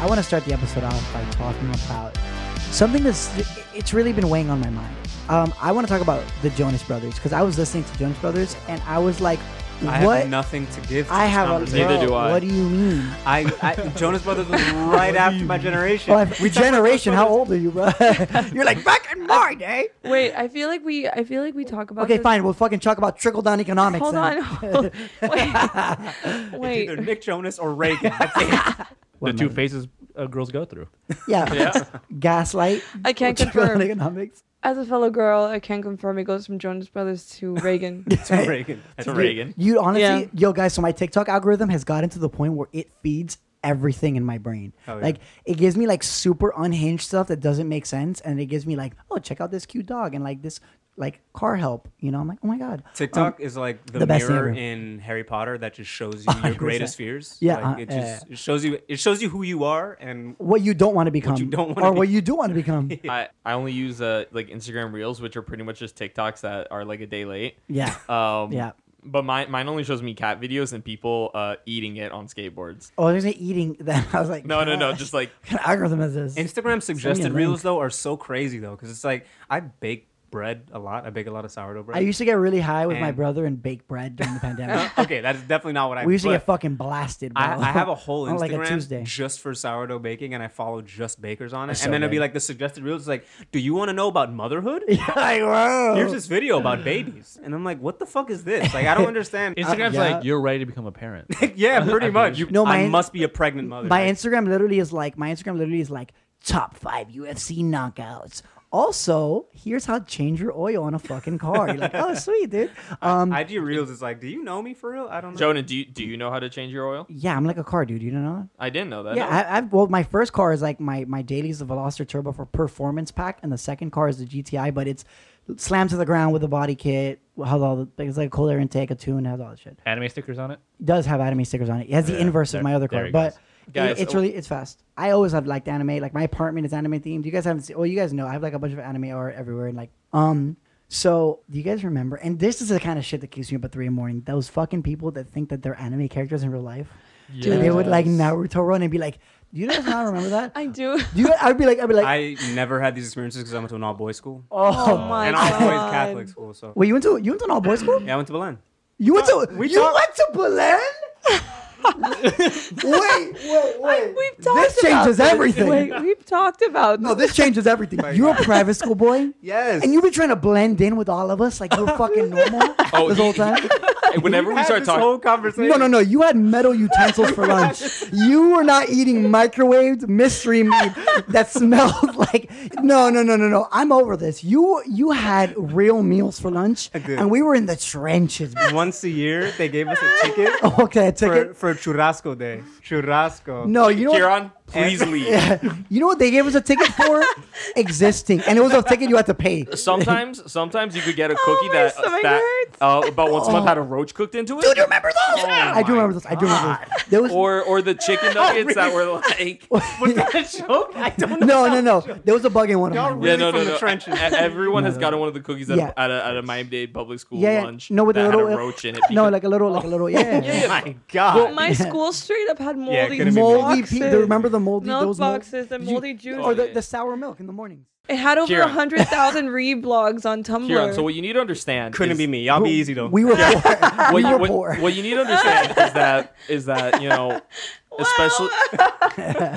I want to start the episode off by talking about something that's it's really been weighing on my mind. Um, I want to talk about the Jonas Brothers because I was listening to Jonas Brothers and I was like, I what? have nothing to give. To I this have a conversation. Neither do bro, I. What do you mean? I, I Jonas Brothers was right after my generation. Well, I've- We talked about generation. Jonas How Brothers- old are you, bro? You're like back in my day. Wait, I feel like we I feel like we talk about Okay, this- fine. We'll fucking talk about trickle down economics. Hold then. on. Wait. Wait. Either Nick Jonas or Reagan. That's it. the two phases uh, girls go through. Yeah. Gaslight. I can't trickle down confirm. economics. As a fellow girl, I can confirm it goes from Jonas Brothers to Reagan. To Reagan. That's Reagan. You honestly, Yeah. yo guys, so my TikTok algorithm has gotten to the point where it feeds everything in my brain. Oh, yeah. Like it gives me like super unhinged stuff that doesn't make sense and it gives me like, "Oh, check out this cute dog and like this like car help." You know, I'm like, "Oh my god." TikTok is like the, the best mirror thing in Harry Potter that just shows you your 100%. greatest fears. Yeah, Like, uh, it yeah, just it shows you it shows you who you are and What you don't want to become you don't wanna or be- what you do want to become. I, I only use uh, like Instagram Reels, which are pretty much just TikToks that are like a day late. yeah. Uh, Um, Yeah. But mine, mine only shows me cat videos and people uh, eating it on skateboards. Oh, there's an eating that I was like, No, no, no. "God, Just like what kind of algorithm is this?" Instagram suggested link. reels though are so crazy though because it's like I bake bread a lot. I bake a lot of sourdough bread. I used to get really high with my And- brother and bake bread during the pandemic. okay, that's definitely not what I. we used to but get fucking blasted. Bro. I, I have a whole on Instagram like a Tuesday. just for sourdough baking, and I follow just bakers on it. That's so and then it'll be good. like the suggested reels, like, "Do you want to know about motherhood? Yeah, like, whoa. Here's this video about babies." And I'm like, "What the fuck is this? Like, I don't understand." Instagram's yeah. like you're ready to become a parent. yeah, pretty much. you- No, my- I must be a pregnant mother. My Like, Instagram literally is like my Instagram literally is like top five UFC knockouts. Also, here's how to change your oil on a fucking car. You're like, oh sweet, dude. Um, IG reels is like, "Do you know me for real? I don't know." Jonah, do you, do you know how to change your oil? yeah, I'm like a car dude. You don't know? I didn't know that. Yeah, no. I, I've well, my first car is like my my daily is the Veloster Turbo for performance pack, and the second car is the GTI, but it's slammed to the ground with a body kit. Has all the it's like a cold air intake, a tune, has all the shit. anime stickers on it. It does have anime stickers on it. It has the Yeah, inverse of there- my other there car, it but goes. it- Guys, it's oh- really it's fast. I always have liked anime. Like my apartment is anime themed. You guys haven't seen? Oh, you guys know I have like a bunch of anime art everywhere. And like, um, so do you guys remember? And this is the kind of shit that keeps me up at three in the morning. Those fucking people that think that they're anime characters in real life. Dude, they would like Naruto run and be like, "Do you guys not remember that?" I do. do you? I'd be like, I'd be like, I never had these experiences because I went to an all-boys school, Oh "Oh, my and god. all-boys Catholic school. So wait, you went to you went to an all boys school? yeah, I went to Belen. You went to we you talk- went to Belen? wait, wait, wait. We've talked this about changes everything. Wait, we've talked about No, this changes everything. You're a private school boy. Yes. And you've been trying to blend in with all of us like you're fucking normal Oh, this he- whole time. Whenever we Had start this talking, whole conversation. No, no, no. You had metal utensils for lunch. You were not eating microwaved mystery meat that smelled like. No, no, no, no, no. I'm over this. You you had real meals for lunch, Good. and we were in the trenches. bro. Once a year, they gave us a ticket. Okay, I took for, it. for churrasco day. Churrasco. No, Oh, you know what? Kieran, please leave. You know what they gave us a ticket for? Existing. And it was a ticket you had to pay. Sometimes, sometimes you could get a cookie my that stomach that hurts. uh, about once a month had a roach cooked into it. Do you remember those? I do my remember those. I do remember those. There was, Or or the chicken nuggets that were like. Was that a joke? I don't know. no, no, no. There was a bug in one of Y'all mine. really- Yeah, no, from no, the no. trenches. E- Everyone has gotten one of the cookies at, Yeah. a, at a at a Miami Dade public school Yeah, yeah. lunch. No, with a that little uh, had a roach in it. No, because- like a little, like a little, yeah. Yeah, yeah. My God. my school straight up had it moldy could've been Moldy, boxes. pe- they remember the moldy Milk those mol- boxes and Did you- moldy juice. or the, Oh, yeah. the sour milk in the mornings. It had over Kieran. a hundred thousand reblogs on Tumblr. Kieran, so what you need to understand Couldn't is- be me. Y'all be easy though. We were poor. What we you, were what- poor. what you need to understand is that is that you know, especially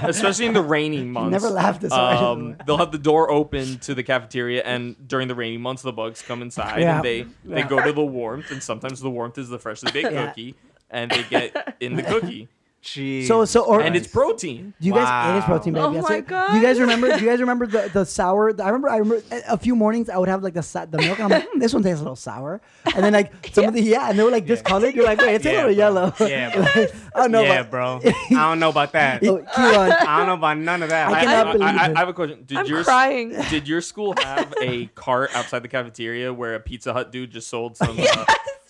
especially in the rainy months. never laugh this hard. um, They'll have the door open to the cafeteria, and during the rainy months, the bugs come inside, Yeah. and they they go to the warmth, and sometimes the warmth is the freshly baked Yeah. cookie, and they get in the cookie, Jeez. So- so- or- and it's protein. Do you guys it is Wow. protein baby? Oh That's my it. Do you guys God. remember? Do you guys remember the, the sour? I remember. I remember a- a few mornings I would have like the sa- the milk. And I'm like, "Hmm, this one tastes a little sour, and then like some of the yeah, and they were like discolored. You're like, wait, it's a Yeah, little bro. yellow. Yeah, bro. Like, I don't know. yeah, about- bro. I don't know about that. Oh, Keelan, I don't know about none of that. I I, I, cannot I- I- believe I- it. I have a question. Did I'm your s- crying. Did your school have a cart outside the cafeteria where a Pizza Hut dude just sold some uh,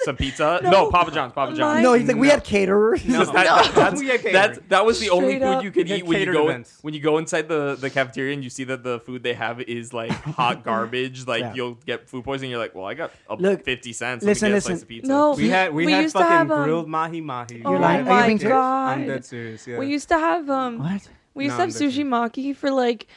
some pizza? Hut? No. No. Papa John's. Papa John's. no, he's like, we had caterers. No. Because that, that- that's, We had catered. that's- that was the only Straight food up. you could We had eat when you catered go events. when you go inside the, the cafeteria and you see that the food they have is like hot garbage. Like Yeah. you'll get food poisoning. You're like, well, I got a Look, fifty cents. listen, Let me get listen. A slice of pizza. No, we had we, we had used to have, fucking um, grilled mahi mahi. Oh You're lying. I'm my dead serious. God. I'm dead serious. Yeah. we used to have um What? We used No, to have I'm sushi maki for like,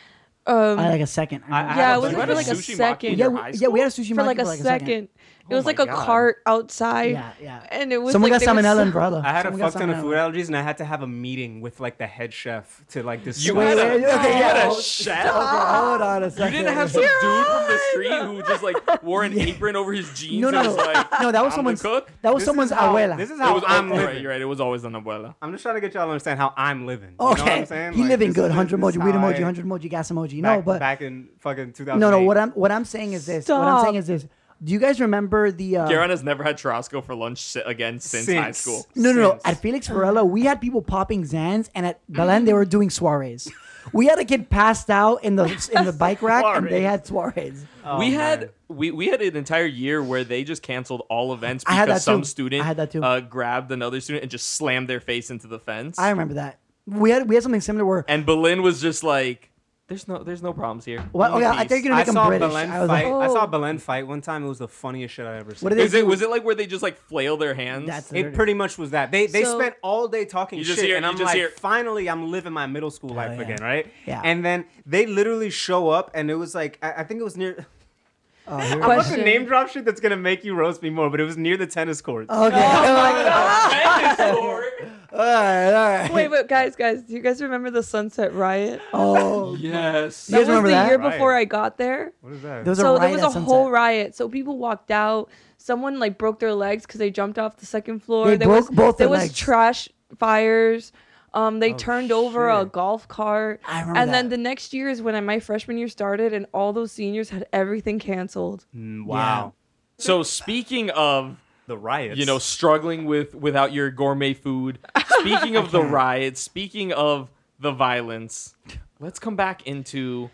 um, I like a second. I- I remember. had yeah, a it was bunch for of like a sushi maki in second. yeah, your we, high yeah, we had a sushi for maki like a second. It Oh was my like a God. cart outside, Yeah, yeah. and it was Someone like got there was salmonella some- in Brada. I had a Someone got fuck ton of salmonella. food allergies, and I had to have a meeting with like the head chef to like discuss. You Wait, had a- wait, okay, you yeah. had a hold- chef? Okay, hold on a You second. didn't have some dude from the street who just like wore an apron over his jeans No, no, and no. was like, No, that I'm was the someone's. cook? That was This is Oh, someone's how- abuela. This is It how was I'm oh, living. Right, you're right. It was always an abuela. I'm just trying to get y'all to understand how I'm living. You know what okay, I'm saying? he Like, living this good. is- Hundred this emoji, is weird how emoji, I- hundred emoji, gas emoji. Back, no, but back in fucking 2000. no, no. What I'm what I'm saying is this. What I'm saying is this. Do you guys remember the? Uh, Kieran has never had churrasco for lunch si- again since, high school. No, no, no. Since. At Felix Varela, we had people popping Zans, and at Belen, they were doing soirees. We had a kid passed out in the in the bike rack, and they Soirees. had soirees. Oh, we had man. we, we had an entire year where they just canceled all events I because had that some too. student I had that too. Uh, grabbed another student and just slammed their face into the fence. I remember that. We had we had something similar where. and Berlin was just like, "There's no there's no problems here." Well, Only okay, I peace." think you're gonna I make saw them British. Belen I was fight. like, I saw Oh. Belen fight one time. It was the funniest shit I ever seen. What did they Is it do? was it like where they just like flail their hands? That's It pretty much was that. They they So- spent all day talking You just shit, hear- and you I'm just like, hear- finally, I'm living my middle school life yeah. again, right? Yeah. And then they literally show up, and it was like, I, I think it was near. oh, here we I go. love But- the Question. name drop shit that's gonna make you roast me more, but it was near the tennis courts. okay. Dinosaur. all right, all right. Oh. Wait, wait, guys, guys, do you guys remember the Sunset Riot? Oh, yes. You That guys was the remember that? year Riot. before I got there. What is that? there was a so riot there was at a sunset. whole riot. So people walked out. Someone like broke their legs because they jumped off the second floor. They there broke was, both There their was legs. Oh, trash fires. Um, they turned over a shit. golf cart. I remember and then that. the next year is when I- my freshman year started, and all those seniors had everything canceled. Mm, wow. So speaking of The riots. you know struggling with without your gourmet food, speaking of the riots, speaking of the violence, let's come back into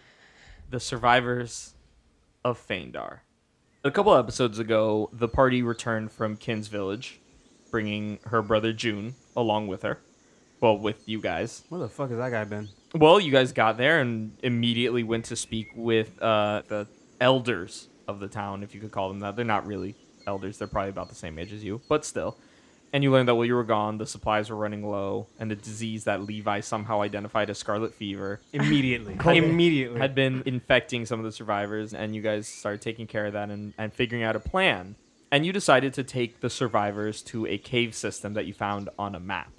the survivors of Feindar. A couple episodes ago, the party returned from Kin's village, bringing her brother June along with her. Well, with you guys. Where the fuck has that guy been? Well, you guys got there and immediately went to speak with uh, the elders of the town, if you could call them that. They're not really elders, they're probably about the same age as you, but still. And you learned that while you were gone, the supplies were running low, and the disease that Levi somehow identified as scarlet fever Immediately. Covid. Immediately. had been infecting some of the survivors, and you guys started taking care of that and, and figuring out a plan. And you decided to take the survivors to a cave system that you found on a map.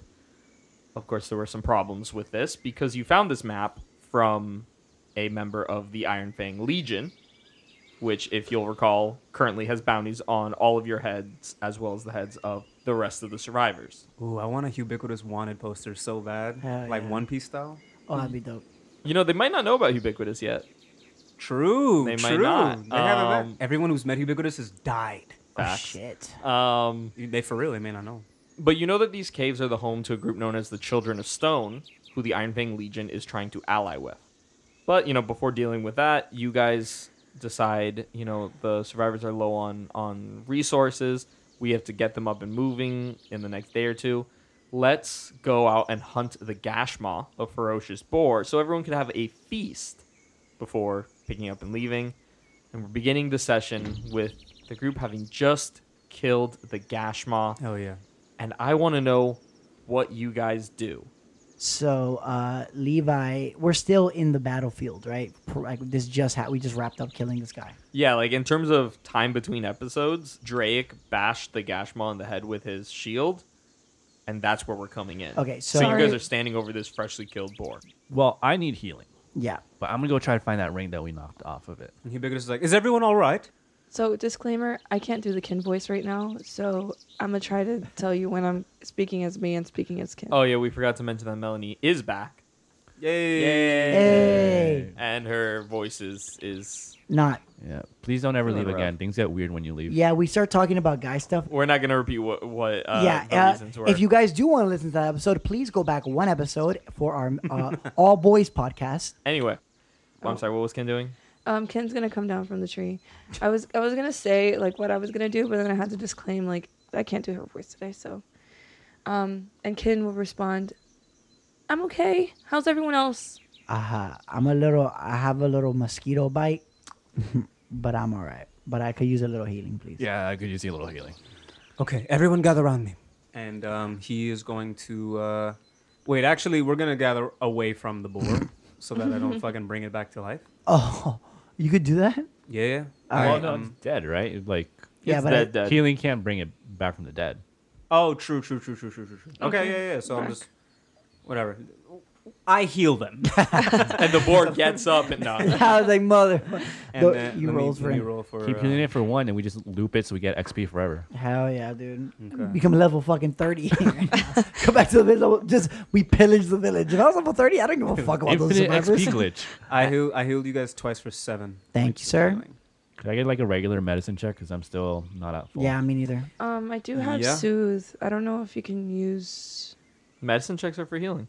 Of course, there were some problems with this because you found this map from a member of the Iron Fang Legion, which, if you'll recall, currently has bounties on all of your heads as well as the heads of the rest of the survivors. Ooh, I want a ubiquitous wanted poster so bad. Hell like yeah. One Piece style. Oh, that'd be dope. You know, they might not know about Ubiquitous yet. True. They might true. not. They haven't Um, met. Everyone who's met ubiquitous has died. Oh, Facts. shit. Um, They for real, they may not know. But you know that these caves are the home to a group known as the Children of Stone, who the Iron Fang Legion is trying to ally with. But you know, before dealing with that, you guys decide. You know, the survivors are low on on resources. We have to get them up and moving in the next day or two. Let's go out and hunt the Gashma, a ferocious boar, so everyone can have a feast before picking up and leaving. And we're beginning the session with the group having just killed the Gashma Hell yeah. and I want to know what you guys do. So uh, Levi, we're still in the battlefield, right? Per- Like this just ha- we just wrapped up killing this guy. Yeah, like in terms of time between episodes, Drake bashed the Gashma in the head with his shield, and that's where we're coming in. Okay, so, so- you guys are standing over this freshly killed boar. Well, I need healing, Yeah. but I'm gonna go try to find that ring that we knocked off of it. And ubiquitous is like, is everyone all right? So disclaimer, I can't do the kin voice right now, so I'm gonna try to tell you when I'm speaking as me and speaking as kin. Oh yeah, we forgot to mention that Melanie is back, Yay. Hey, and her voice is is. not. Yeah. Please don't ever Really leave rough. again. Things get weird when you leave. Yeah, we start talking about guy stuff. We're not gonna repeat what what uh, yeah. the uh, reasons were. if you guys do want to listen to that episode, please go back one episode for our uh, all boys podcast. anyway, oh, I'm sorry. What was Ken doing? Um, Ken's gonna come down from the tree. I was I was gonna say like what I was gonna do, but then I had to disclaim like I can't do her voice today. So, um, and Ken will respond, "I'm okay. How's everyone else?" Uh, I'm a little. I have a little mosquito bite, but I'm all right. But I could use a little healing, please. Yeah, I could use a little healing. Okay, everyone gather around me. And um, he is going to uh, Wait, actually, we're gonna gather away from the boar so that I don't fucking bring it back to life. Oh, you could do that? Yeah. yeah. well, I, no, um, it's dead, right? It's Like Yeah, It's but I- dead, dead. healing can't bring it back from the dead. oh, true, true, true, true, true, true, true. Okay, yeah, yeah. So I'm Back. just whatever. I heal them, and the board gets up and no. I was like, mother. and The- then you let me- rolls let for me him. roll for uh, Keep healing it for one, and we just loop it so we get XP forever. Hell yeah, dude. Okay. Become level fucking 30. right now. Go back to the village. Just, we pillage the village. If I was level 30, I don't give a fuck about those Infinite survivors. XP glitch. I heal. I healed you guys twice for seven. Thank you, sir. Could I get like a regular medicine check? Because I'm still not at full. Yeah, me neither. Um, I do have Yeah. soothe. I don't know if you can use. Medicine checks are for healing.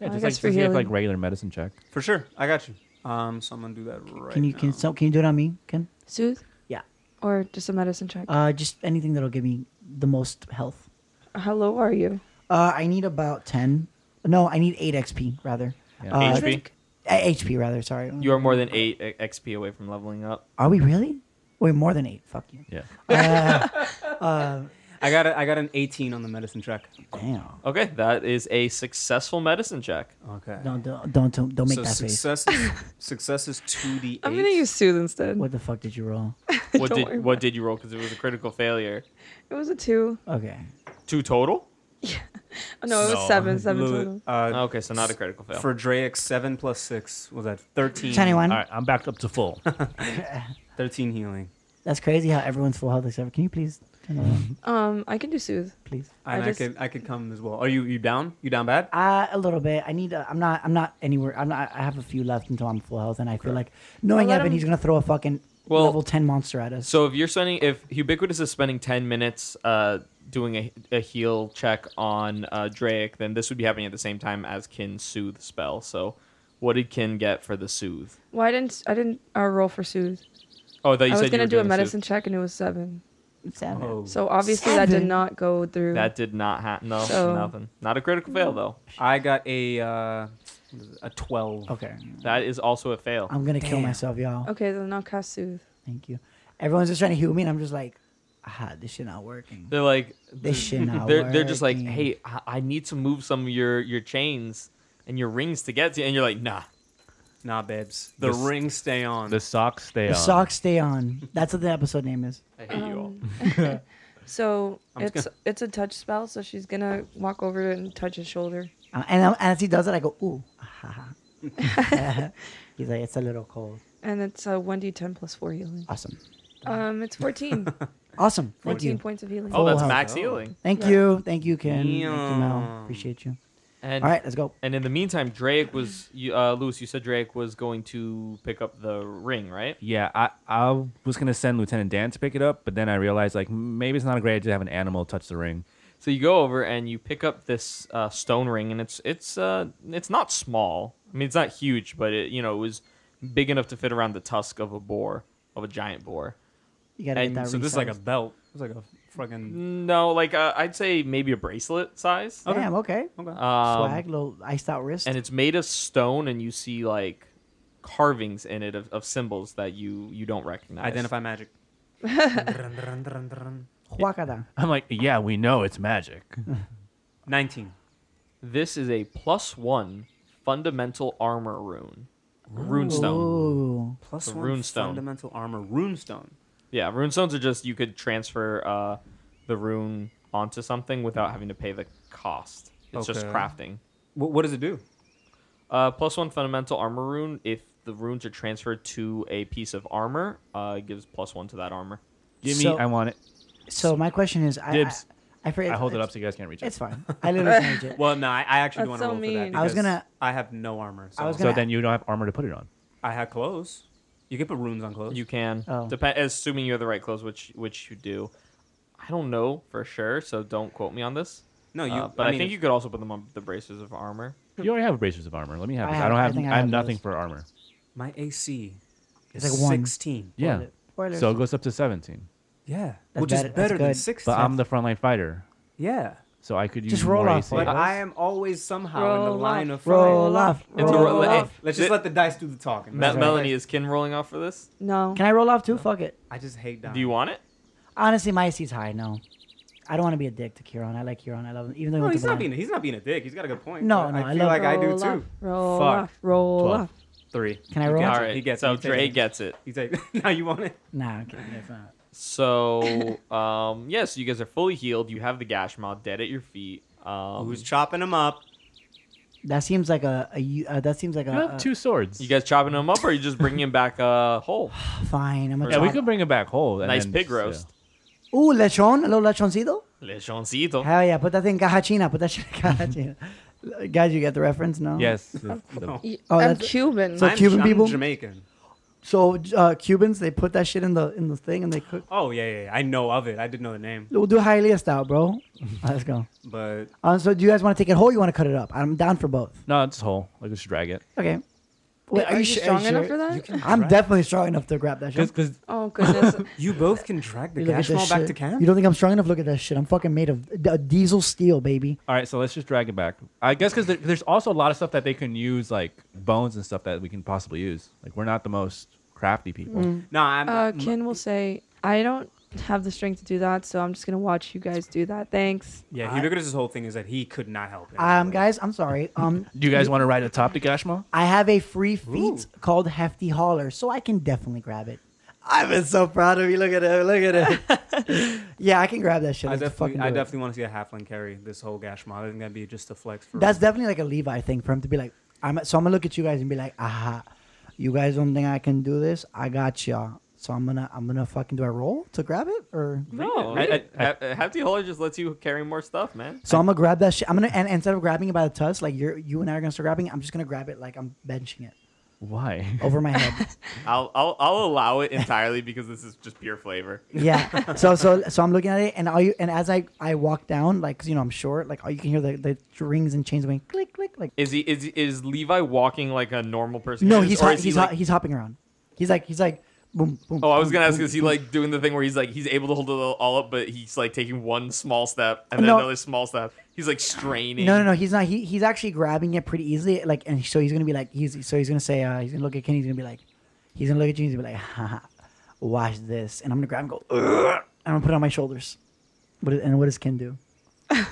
yeah I just like guess just for get like healing. regular medicine check. For sure, I got you. Um, so I'm gonna do that right. Can you can now. so can you do it on me, Ken? Soothe? Yeah. Or just a medicine check? Uh, just anything that'll give me the most health. How low are you? Uh, I need about ten. No, I need eight XP rather. Yeah. Uh, HP. A- HP rather. Sorry. You are more than eight e- XP away from leveling up. Are we really? Wait, more than eight. Fuck you. Yeah. I got a, I got an 18 on the medicine check. Damn. Okay, that is a successful medicine check. Okay. Don't don't don't don't, don't make so that face. success is, success is 2d8. I'm gonna use soothe instead. What the fuck did you roll? Don't What worry did about what did you roll? Because it was a critical failure. It was a two. Okay. Two total. Oh, no, it was No. seven. Seven Lou- total. Oh, Uh, Okay, so not a critical fail. For Drake, 7 plus 6 was that 13. Tiny one. All right, I'm back up to full. 13 healing. That's crazy how everyone's full health except. Can you please turn around, Um, I can do soothe. please? And I, I just- could I could come as well. Are you you down? You down bad? Uh, a little bit. I need. i I'm not. I'm not anywhere. I'm not. I have a few left until I'm full health, and I feel like knowing Well, let Evan, him- he's gonna throw a fucking Well- level ten monster at us. So if you're spending, if Ubiquitous is spending 10 minutes uh, doing a, a heal check on uh, Drake, then this would be happening at the same time as Kin's Soothe spell. So what did Kin get for the Soothe? Well, I didn't. I didn't uh, roll for soothe. Oh, that you I was said you were gonna do a doing Soothe. medicine check, and it was seven. Seven. Oh. So obviously that did Seven? not go through. That did not happen. No, So- nothing. Not a critical fail, though. I got a uh, what is it? a 12. Okay. That is also a fail. I'm gonna kill myself, y'all. okay, then I'll cast soothe. Thank you. Everyone's just trying to heal me, and I'm just like, ah, this shit not working. They're like, This shit not they're, they're just like, working. hey, I I need to move some of your, your chains and your rings to get to you. And you're like, nah. Nah, babes. The This- rings stay on. the socks stay The on. socks stay on. That's what the episode name is. I hate you Um, all. So I'm just it's it's a touch spell. So she's gonna walk over to it and touch his shoulder. Uh, and I'm, as he does it, I go, ooh, ah, ha, ha. He's like, it's a little cold. And it's a 1d10 plus 4 healing. Awesome. Um, it's 14. Awesome. Thank 14 you. points of healing. Oh, that's Full max health. healing. Thank Yeah. you. Thank you, Ken. Thank you, Mel. Yum. Appreciate you. And All right, let's go. And in the meantime, Drake was you, uh, Lewis. You said Drake was going to pick up the ring, right? Yeah, I, I was gonna send Lieutenant Dan to pick it up, but then I realized like maybe it's not a great idea to have an animal touch the ring. So you go over and you pick up this uh, stone ring, and it's it's uh, it's not small. I mean, it's not huge, but it you know it was big enough to fit around the tusk of a boar, of a giant boar. You gotta get And that so this is like a resized. belt. It's like a fucking No, like uh, I'd say maybe a bracelet size. okay. Damn, okay. okay. Um, Swag, little iced out wrist. and it's made of stone, and you see like carvings in it of, of symbols that you you don't recognize. Identify magic. Dun, dun, dun, dun. Huacada. I'm like, yeah, we know it's magic. 19. This is a plus one fundamental armor rune. Runestone. Ooh. Plus The one runestone. fundamental armor. Runestone. Yeah, runestones are just you could transfer uh, the rune onto something without having to pay the cost. It's just Okay. crafting. What, what does it do? Uh, plus one fundamental armor rune. If the runes are transferred to a piece of armor, uh, it gives plus one to that armor. Give So- me, I want it. So my question is, I, Dibs. I, I forget. I hold it it's- up so you guys can't reach It's it. fine. I literally changed it. Well, no, I, I actually That's do want to so roll for that. mean. I was because gonna- I have no armor. So I was So gonna- then you don't have armor to put it on. I had clothes. You can put runes on clothes. You can, Oh. Depen- assuming you have the right clothes, which which you do. I don't know for sure, so don't quote me on this. no, you. Uh, but I, mean, think if- you could also put them on the bracers of armor. You already have bracers of armor. Let me have. I this. I have- don't I have. I, think I have have nothing those. for armor. My AC It's is like like one. 16. Yeah. Spoiler- So it goes up to 17. Yeah. That's Which is better- that's better than good. 16. But I'm the frontline fighter, yeah. so I could use Just roll more off AC. what But Yes. I am always somehow in Roll the line of Roll off. fire. It's a Roll roll- hey, off. Let's just Th- let the dice do the talking. Me- That's right. Melanie, is Kin rolling off for this? No. Can I roll off too? Fuck it. I just hate dying. Do you want it? Honestly, my AC's high. No, I don't want to be a dick to Kieran. I like Kieran. I love him. Even though he No, went to he's not Milan. being he's not being a dick. He's got a good point. No, but no, I I feel love- like I do Roll too. off, roll Fuck. off, roll Twelve. off. Three. Can I He roll? gets All it. right. He gets. it. so He takes Dre it. gets it. He's like, now you want it? Nah, okay, yeah, it's not. So, um, yes, you guys are fully healed. You have the gash mod dead at your feet. Um, Who's chopping him up? That seems like a, a u- uh, that seems like a, You have a- two swords. you guys chopping him up, or are you just bringing him back uh, whole? fine. I'm a yeah, we could bring it back whole. and Nice then- pig yeah. roast. Ooh, lechon, a little lechoncito. Lechoncito. Hell yeah, put that thing in cajachina. Put that shit in cajachina. Guys, you get the reference? No. Yes. Y- Oh, I'm that's- Cuban. So I'm, Cuban I'm people? Jamaican. So uh, Cubans, they put that shit in the in the thing and they cook. Oh yeah, yeah, yeah. I know of it. I did know the name, We'll do hialeah style, bro. Let's go. but Uh, so, do you guys want to take it whole? Or you want to cut it up? I'm down for both. no, it's whole. Like we should drag it. Okay. Wait, are you su- strong enough sure? for that? I'm definitely strong enough to grab that shit. Cause, 'cause Oh goodness. you both can drag the You look at gash this ball back shit. to camp. You don't think I'm strong enough? Look at that shit. I'm fucking made of d- uh, diesel steel, baby. all right, so let's just drag it back. I guess because there, there's also a lot of stuff that they can use, like bones and stuff that we can possibly use. Like we're not the most crafty people. Mm. No, I'm. Uh, m- Ken will say, I don't have the strength to do that, so I'm just gonna watch you guys do that. Thanks. yeah, he regretted his whole thing is that he could not help. in any Um, way. guys, I'm sorry. Um, Do you guys want to ride atop the Gashma? I have a free feat called Hefty Hauler, so I can definitely grab it. I've been so proud of you. Look at it. Look at it. yeah, I can grab that shit. I Let's definitely, fucking I do it. definitely want to see a halfling carry this whole gash mod. I think that'd be just a flex for. That's definitely like a Levi thing for him to be like, I'm. So I'm gonna look at you guys and be like, aha, you guys don't think I can do this? I got y'all. So I'm gonna, I'm gonna fucking do I roll to grab it or? No, I- I, I- Hefty Holler just lets you carry more stuff, man. So I'm gonna grab that shit. I'm gonna and instead of grabbing it by the tusk, like you're, you and I are gonna start grabbing. it, I'm just gonna grab it like I'm benching it Why? over my head. I'll, I'll I'll allow it entirely because this is just pure flavor. yeah. So so so I'm looking at it and all you and as I I walk down, like 'cause, you know I'm short, like all you can hear the the rings and chains going click click like. Is he is is Levi walking like a normal person? No, is, he's or hop, is he, he's like- hop, he's hopping around. He's like he's like boom boom. Oh, I was boom, gonna ask, boom, is he boom. like doing the thing where he's like he's able to hold it all- all up, but he's like taking one small step and then No. another small step. He's like straining. No, no, no. He's not. He, he's actually grabbing it pretty easily. Like, and so he's gonna be like, he's so he's gonna say, uh, he's gonna look at Kenny. He's gonna be like, he's gonna look at you. He's gonna be like, Haha, watch this. And I'm gonna grab and go. "Ugh," and I'm gonna put it on my shoulders. What is- and what does Ken do?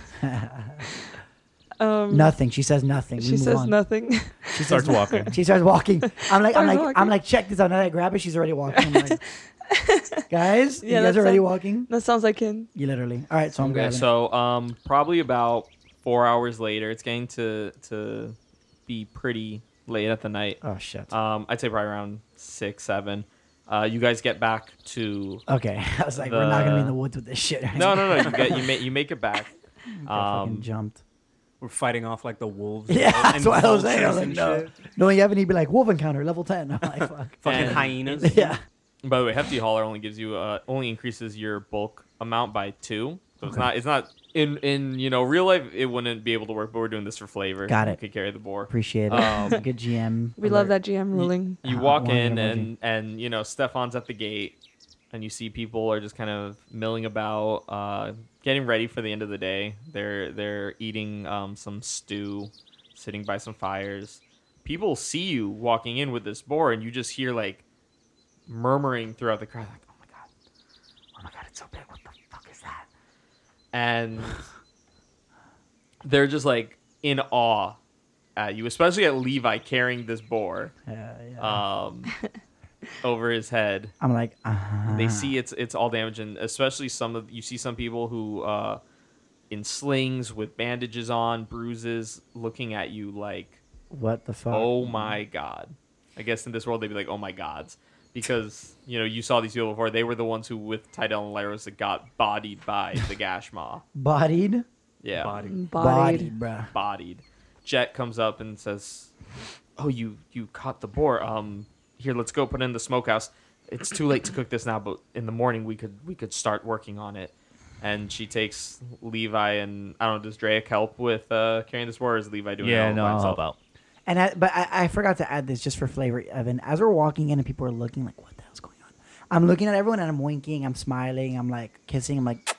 Um, Nothing. She says nothing. We She move says on. nothing. She starts walking. She starts walking. I'm like, I'm like, Starts I'm walking. like, check this out. Now that I grab it, she's already walking. I'm like, guys, Yeah, you guys that's already a- walking. that sounds like Ken. You literally. All right, so I'm Okay, grabbing. so um, probably about four hours later, it's getting to to be pretty late at the night. it. Oh shit. Um, I'd say probably around six, seven. Uh, you guys get back to okay, I was like, we're not gonna be in the- the woods with this shit. no, no, no. You get you make you make it back. I fucking Um, jumped. We're fighting off like the wolves. Yeah, and- that's and what I was saying. I was like, vultures no. and shit. No, you haven't. He'd be like, wolf encounter, level 10. I'm like, fuck. Fucking And- hyenas. yeah. By the way, hefty hauler only gives you uh, only increases your bulk amount by two, so it's not it's not in in you know real life it wouldn't be able to work, but we're doing this for flavor. Got You it. could carry the boar. Appreciate it. Um, Good GM. We love that GM ruling. you Uh, walk one in emoji. and and you know Stefan's at the gate, and you see people are just kind of milling about, uh, getting ready for the end of the day. They're they're eating um, some stew, sitting by some fires. People see you walking in with this boar, and you just hear like murmuring throughout the crowd, like "Oh my god, oh my god, it's so big! What the fuck is that?" And they're just like in awe at you, especially at Levi carrying this boar Yeah, yeah. um, over his head. I'm like, uh They see it's it's all damage, and especially some of you see some people who uh, in slings with bandages on, bruises, looking at you like, what the fuck? oh my god. I guess in this world they'd be like, oh my gods, because you know you saw these people before. They were the ones who with Tidal and Laros that got bodied by the Gashmaw. Bodied? Yeah, Body. Bodied. Bodied, bruh. bodied. Jet comes up and says, "Oh, you you caught the boar. Um, here, let's go put it in the smokehouse. It's too late to cook this now, but in the morning we could we could start working on it." And she takes Levi and I don't know. Does Drake help with uh, carrying this boar? Or is Levi doing it yeah, all no, by I'll himself? help out. And I, but I, I forgot to add this just for flavor, Evan. As we're walking in and people are looking like, what the hell's going on? I'm looking at everyone and I'm winking, I'm smiling, I'm like kissing, I'm like,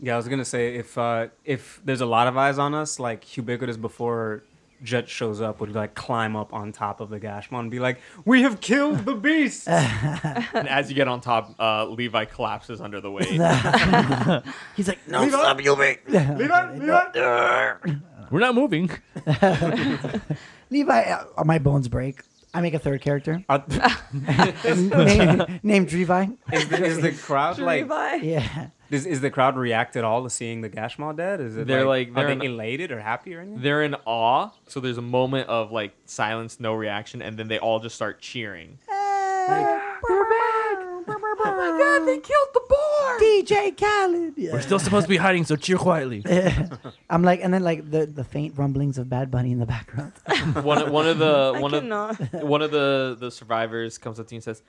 Yeah, I was gonna say if uh, if there's a lot of eyes on us, like ubiquitous before Jet shows up would like climb up on top of the Gashmon and be like, "We have killed the beast." And as you get on top, uh, Levi collapses under the weight. He's like, no, stop, you Levi, Levi. We're not moving. Levi. Uh, my bones break. I make a third character Are- named, named Drevi. is, the, is the crowd like Levi. Yeah. is, is the crowd react at all to seeing the Gashmon dead? Is it They're like- are they're they in- elated or happy or anything? They're in awe, so there's a moment of like silence, no reaction, and then they all just start cheering. "Oh, God, they killed the boar. DJ Khaled. Yeah. We're still supposed to be hiding, so cheer quietly. I'm like, and then like the, the faint rumblings of Bad Bunny in the background. One, one of the I one of cannot. one of the the survivors comes up to you and says,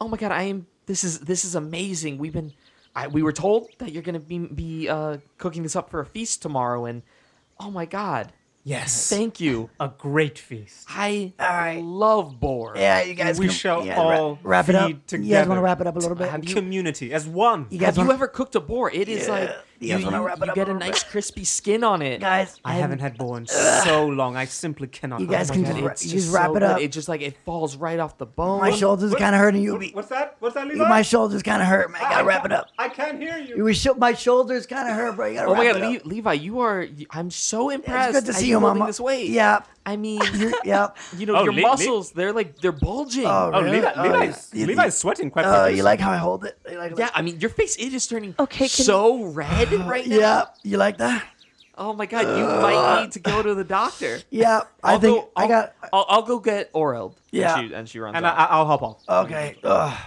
"Oh my god, I am. This is this is amazing. We've been, I, we were told that you're gonna be be uh, cooking this up for a feast tomorrow, and oh my god, Yes. thank you. a great feast. I right. love boar. you guys. we can- shall yeah, ra- all wrap it feed up. Together. You guys want to wrap it up a little bit? Have community as one. You Have guys you want? ever cooked a boar? It is like you you, guys wanna you- wrap it you up get a a little nice crispy skin on it. guys, I haven't had boar in so long. I simply cannot. You guys Oh can my God, just ra- it's you just wrap it up. It just like it falls right off the bone. my shoulders kind of hurting. You, be, What's that? What's that, Levi? my shoulders kind of hurt, man. I gotta wrap it up. I can't hear You you. were sho- my shoulders kind of hurt, bro. You gotta Oh wrap my it god, up. Le- Levi, you are. you- I'm so impressed. it's good to at see you, holding Mama. This weight. Yeah, I mean, you're, yep. you know, Oh, your Le- Le- muscles. they're like they're bulging. Oh, Oh, really? Levi, Oh, Levi's, yeah. You- Levi's sweating quite Oh, profusely. you like how I hold it? You like, yeah, I mean, your face it is turning Okay, can- so red right now. yeah. Uh, You like that? Oh my god, you might need to go to the doctor. Yeah. I I'll think go, I I'll- got. I'll, I'll go get Oreld. Yeah. and she, and she runs. And I, off. I- I'll hop off. Okay. Ugh.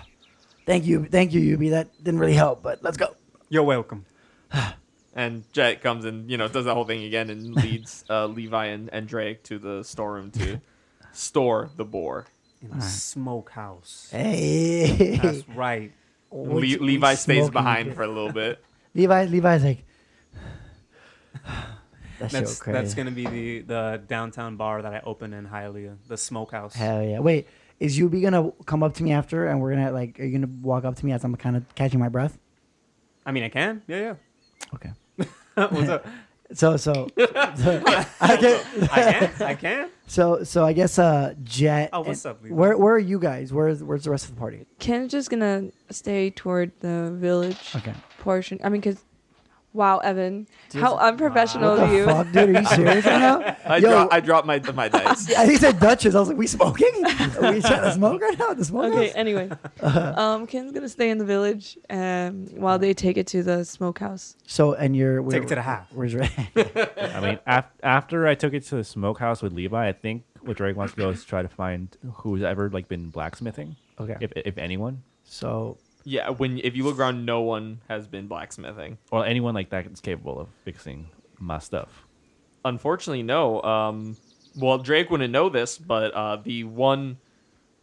Thank you, thank you, Yubi. That didn't really help, but let's go. You're welcome. And Jet comes and you know does the whole thing again and leads uh, Levi and, and Drake to the storeroom to store the boar. In a smokehouse. Hey. That's right. What Le- you- Levi you stays smoking behind dick. for a little bit. Levi. Levi's like. That's, so That's crazy. that's gonna be the the downtown bar that I open in Hialeah, the smokehouse. Hell yeah! Wait, is Yubi gonna come up to me after, and we're gonna like, are you gonna walk up to me as I'm kind of catching my breath? I mean, I can. Yeah, Okay. yeah. What's up? So so, so I get, I can. I can. so so I guess uh Jet. Oh, what's and- up, Levi? Where where are you guys? Where's where's the rest of the party? Ken's just gonna stay toward the village Okay. portion. I mean, cause wow, Evan, Dude, how wow. unprofessional What are the you? fuck, dude? Are you serious right now? I Yo. drop I drop my my dice. I think he said Duchess. I was like, we smoking? Are we trying to smoke right now? at The smoke Okay. Anyway, um, Ken's gonna stay in the village um, while they take it to the smokehouse. So and you're where, Take it to the half. Where's your I mean, af- after I took it to the smokehouse with Levi, I think what Drake wants to go is try to find who's ever like been blacksmithing, okay? if if anyone So Yeah, when if you look around, no one has been blacksmithing. or anyone like that is capable of fixing my stuff. Unfortunately, no. Um, well, Drake wouldn't know this, but uh, the one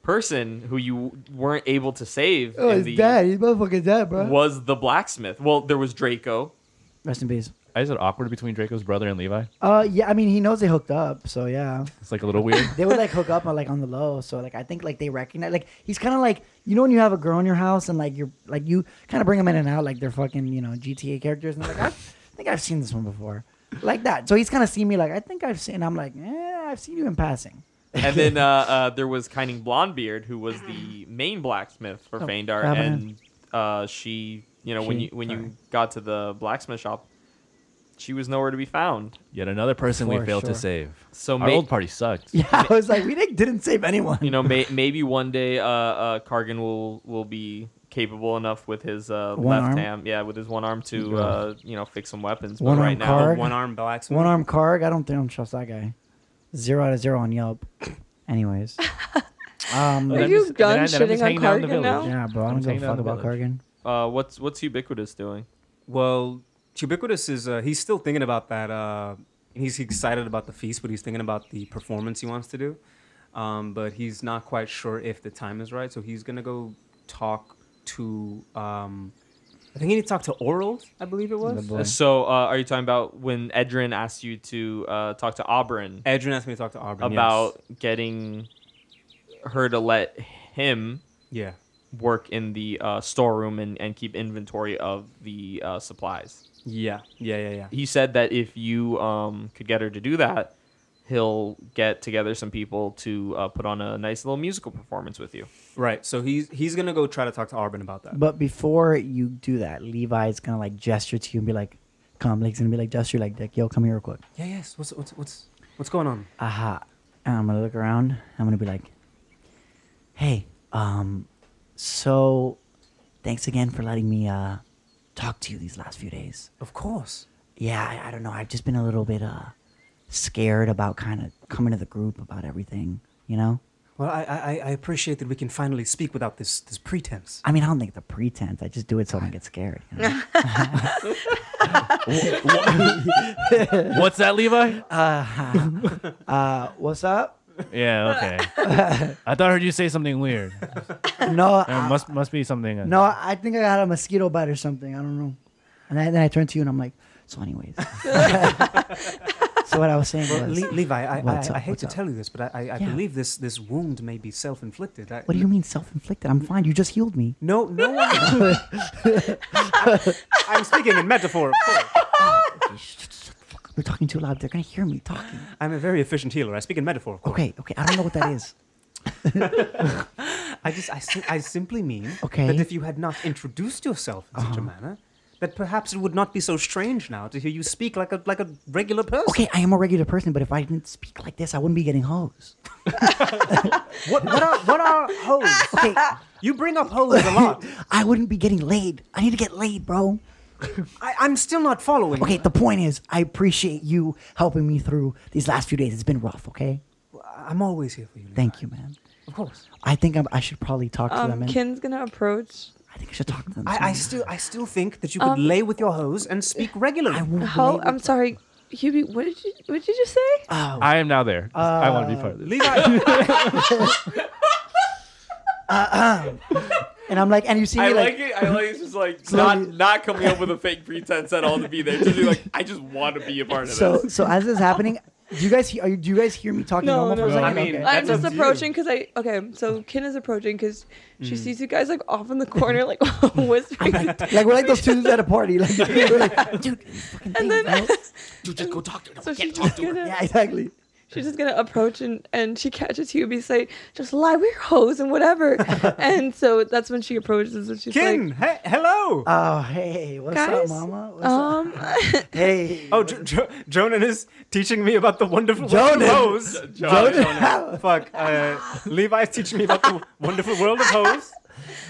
person who you weren't able to save oh, in he's the, dead. He's motherfucking dead, bro. was the blacksmith. Well, there was Draco. Rest in peace. I Is it awkward between Draco's brother and Levi? Uh, yeah. I mean, he knows they hooked up, so yeah. It's like a little weird. they would like hook up on like on the low. So like I think like they recognize like he's kind of like you know when you have a girl in your house and like you're like you kind of bring them in and out like they're fucking you know GTA characters and they're like I think I've seen this one before like that. So he's kind of seen me like I think I've seen. I'm like yeah I've seen you in passing. And then uh, uh, there was Kining Blondebeard, who was the main blacksmith for Oh, Feindar, Robin. and uh, she, you know, when She, you when sorry. you got to the blacksmith shop, she was nowhere to be found. Yet another person we For failed sure. to save. So Our may- old party sucked. Yeah, I was like we didn't, didn't save anyone. you know, may, maybe one day uh, uh, Cargan will will be capable enough with his uh, One left arm? hand, yeah, with his one arm to uh, you know fix some weapons. One but arm right now, Carg? One arm blacksmith. One arm Karg. I don't think I don't trust that guy. Zero out of zero on Yelp. Anyways. Um, Are then you I'm just- done then I- then I'm shitting just on hanging out in the Cargan now? village. yeah, bro. I I'm don't give taking a it out fuck of the about village. Kargan. uh, what's what's ubiquitous doing? Well, Ubiquitous is uh, he's still thinking about that. Uh, he's excited about the feast, but he's thinking about the performance he wants to do. Um, but he's not quite sure if the time is right, so he's gonna go talk to. Um, I think he need to talk to Oral, I believe it was. The boy. So, uh, are you talking about when Edrin asked you to uh, talk to Auburn Adrian asked me to talk to Auburn about getting her to let him yes. work in the uh, storeroom and, and keep inventory of the uh, supplies? yeah, yeah, yeah, yeah, yeah. he said that if you um, could get her to do that, he'll get together some people to uh, put on a nice little musical performance with you. Right. So he's he's gonna go try to talk to Arvin about that. But before you do that, Levi's gonna like gesture to you and be like, "Come." Like he's gonna be like gesture like, "Like yo, come here real quick." yeah. Yes. What's what's what's what's going on? Aha. And I'm gonna look around. I'm gonna be like, "Hey, um, so thanks again for letting me uh talk to you these last few days. Of course. Yeah, I, I don't know. I've just been a little bit uh scared about kind of coming to the group about everything. You know." Well, I, I I appreciate that we can finally speak without this this pretense. I mean, I don't think the pretense. I just do it so I don't get scared. you know? What's that, Levi? uh, what's up? Yeah, okay. I thought I heard you say something weird. No, There I- must must be something. uh, No, I think I got a mosquito bite or something. I don't know. And I, then I turned to you and I'm like, so, anyways. so what I was saying was, Le- Levi, I, I, What's up, I hate what's to up? tell you this, but I, I, I Yeah. believe this this wound may be self inflicted. what do you mean self-inflicted? I'm fine. You just healed me. No, no one. I'm speaking in metaphor. Of course. You're talking too loud. They're gonna hear me talking. I'm a very efficient healer. I speak in metaphor. Of course. Okay, okay. I don't know what that is. I just I, si- I simply mean Okay. Uh-huh. that if you had not introduced yourself in such a manner, that perhaps it would not be so strange now to hear you speak like a like a regular person. Okay, I am a regular person, but if I didn't speak like this, I wouldn't be getting hosed. What what are what are hoes? Okay, You bring up hoes a lot. I wouldn't be getting laid. I need to get laid, bro. I, I'm still not following. Okay, the point is, I appreciate you helping me through these last few days. It's been rough. Okay, I'm always here for you. thank you, man. Of course. I think I'm, I should probably talk to them. Um, And Kin's gonna approach. I think I should talk to them. this I, I morning. still I still think that you could Um, lay with your hose and speak regularly. I won't be How? Oh, able I'm um, to- sorry, Hubie. What did you? What did you just say? Oh, I am now there. I want to be part of this. Levi, and I'm like, and you see me I like, like, it. I like it's just like Slowly. not not coming up with a fake pretense at all to be there. Just be like, I just want to be a part of so this. so as this is happening, do you guys he- are you, do you guys hear me talking No, normal no, for a no. second? I mean, Okay. I'm That's up just to you. approaching because I okay. So Kin is approaching because she sees you guys like off in the corner, like whispering. like we're like those two dudes at a party, like we're like, dude, these fucking and things, then, bro. Dude, just go talk to him. so she's just gonna, yeah, exactly. she's just gonna approach and and she catches Hubie say, "Just lie, we're hoes and whatever." and so that's when she approaches and she's Kin, like, he- hello. Oh hey, what's up, Guys? mama? What's up? "Um, Hey, oh, jo- jo- Jonan is teaching me about the wonderful world Jonan. of hoes. Jonan. Fuck. Uh, Levi's teaching me about the wonderful world of hoes,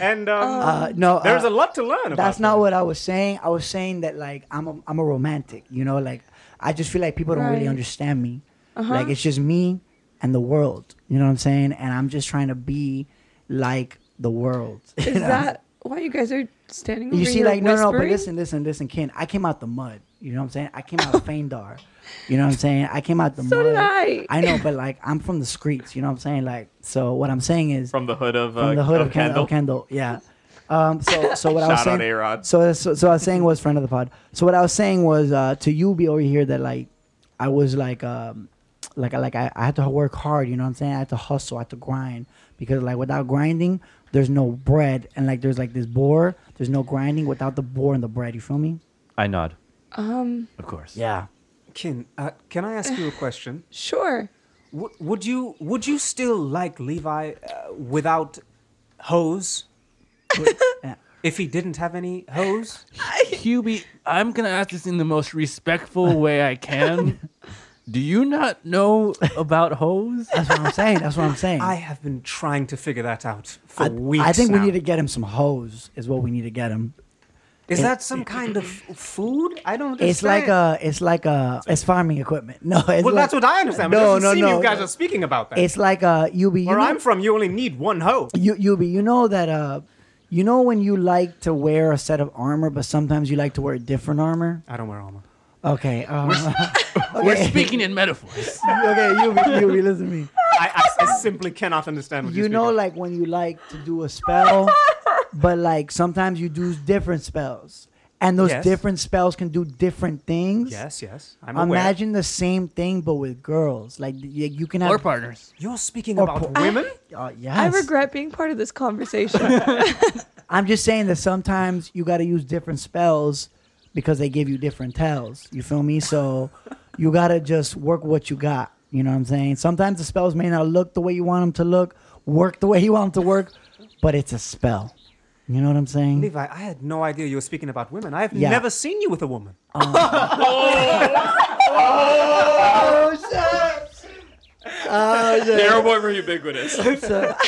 and um, uh, no, uh, there's a lot to learn. about That's not that. what I was saying. I was saying that like I'm a, I'm a romantic, you know, like I just feel like people don't really Right. Uh-huh. understand me. Like it's just me and the world, you know what I'm saying? And I'm just trying to be like the world. is that why you guys are standing?" You over see, here like, no, no, but whispering? listen, listen, listen, Ken. I came out the mud. You know what I'm saying? I came out of Feindar. You know what I'm saying? I came out the So mud. did I. I know, but like, I'm from the streets. You know what I'm saying? Like, so what I'm saying is From the hood of uh, from the hood of, of Kendall. Kendall. Of Kendall. Yeah. Um, so, so what I was Shout out saying, A-Rod. so, so, so I was saying was friend of the pod. So what I was saying was uh, to you be over here that like I was like um, like like I, I had to work hard. You know what I'm saying? I had to hustle. I had to grind because like without grinding, there's no bread. And like there's like this boar. There's no grinding without the boar and the bread. You feel me? I nod. Um, Of course. Yeah. Kin, uh, can I ask you a question? sure. W- would you would you still like Levi uh, without hose? uh, if he didn't have any hose? Hubie, I'm gonna ask this in the most respectful way I can. Do you not know about hoes? That's what I'm saying. That's what I'm saying. I have been trying to figure that out for I, weeks. I think now. we need to get him some hose. Is what we need to get him. Is that some kind of f- food? I don't understand. It's like a, it's like a, it's farming equipment. No, it's Well, like- that's what I understand. But No, it doesn't no, seem no. You guys are speaking about that. It's like uh, Yubi. You Where know, I'm from, you only need one hoe. you Yubi, you know that uh, you know when you like to wear a set of armor, but sometimes you like to wear different armor. I don't wear armor. Okay. Um, We're speaking in metaphors. okay, Yubi, Yubi, listen to me. I, I, I simply cannot understand what you You know, speak of. like when you like to do a spell, but like sometimes you do different spells, and those Yes. different spells can do different things. Yes, yes. I'm aware. Imagine the same thing, but with girls. Like y- you can have Or partners. You're speaking Or about po- women? Uh, yes. I regret being part of this conversation. I'm just saying that sometimes you got to use different spells because they give you different tells. You feel me? So you got to just work what you got. You know what I'm saying? Sometimes the spells may not look the way you want them to look, work the way you want them to work, but it's a spell. You know what I'm saying? Levi, I had no idea you were speaking about women. I have Yeah. never seen you with a woman. They're what were ubiquitous. So,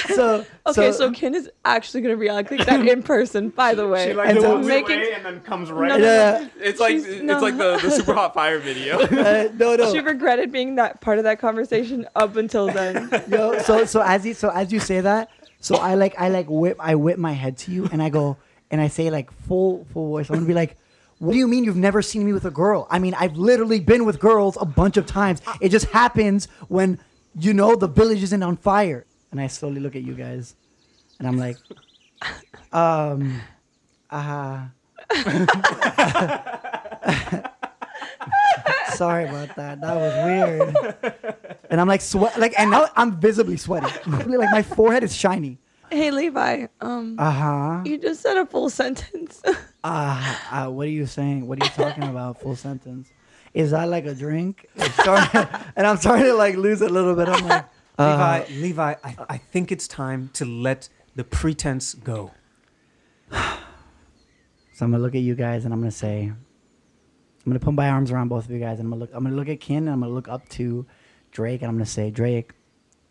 so, Okay, so, Ken is actually gonna reality click that in person. By the way, And so- and then comes right. No, no, no. yeah, It's like She's- it's no. like the, the super hot fire video. uh, no, no. she regretted being that part of that conversation up until then. Yo, so so as you so as you say that, so I like I like whip I whip my head to you and I go and I say like full full voice. I'm gonna be like, what do you mean you've never seen me with a girl? I mean I've literally been with girls a bunch of times. It just happens when you know the village isn't on fire. And I slowly look at you guys, and I'm like, um, uh, sorry about that. That was weird and I'm like sweat, like, and now I'm visibly sweating. like my forehead is shiny. hey Levi, um, Uh huh. you just said a full sentence. Uh, uh, what are you saying? What are you talking about? Full sentence. Is that like a drink? I'm starting- and I'm starting to like lose a little bit. I'm like, Levi, Levi, I, I think it's time to let the pretense go. so I'm gonna look at you guys and I'm gonna say, I'm gonna put my arms around both of you guys and I'm gonna look. I'm gonna look at Ken and I'm gonna look up to Drake and I'm gonna say, Drake,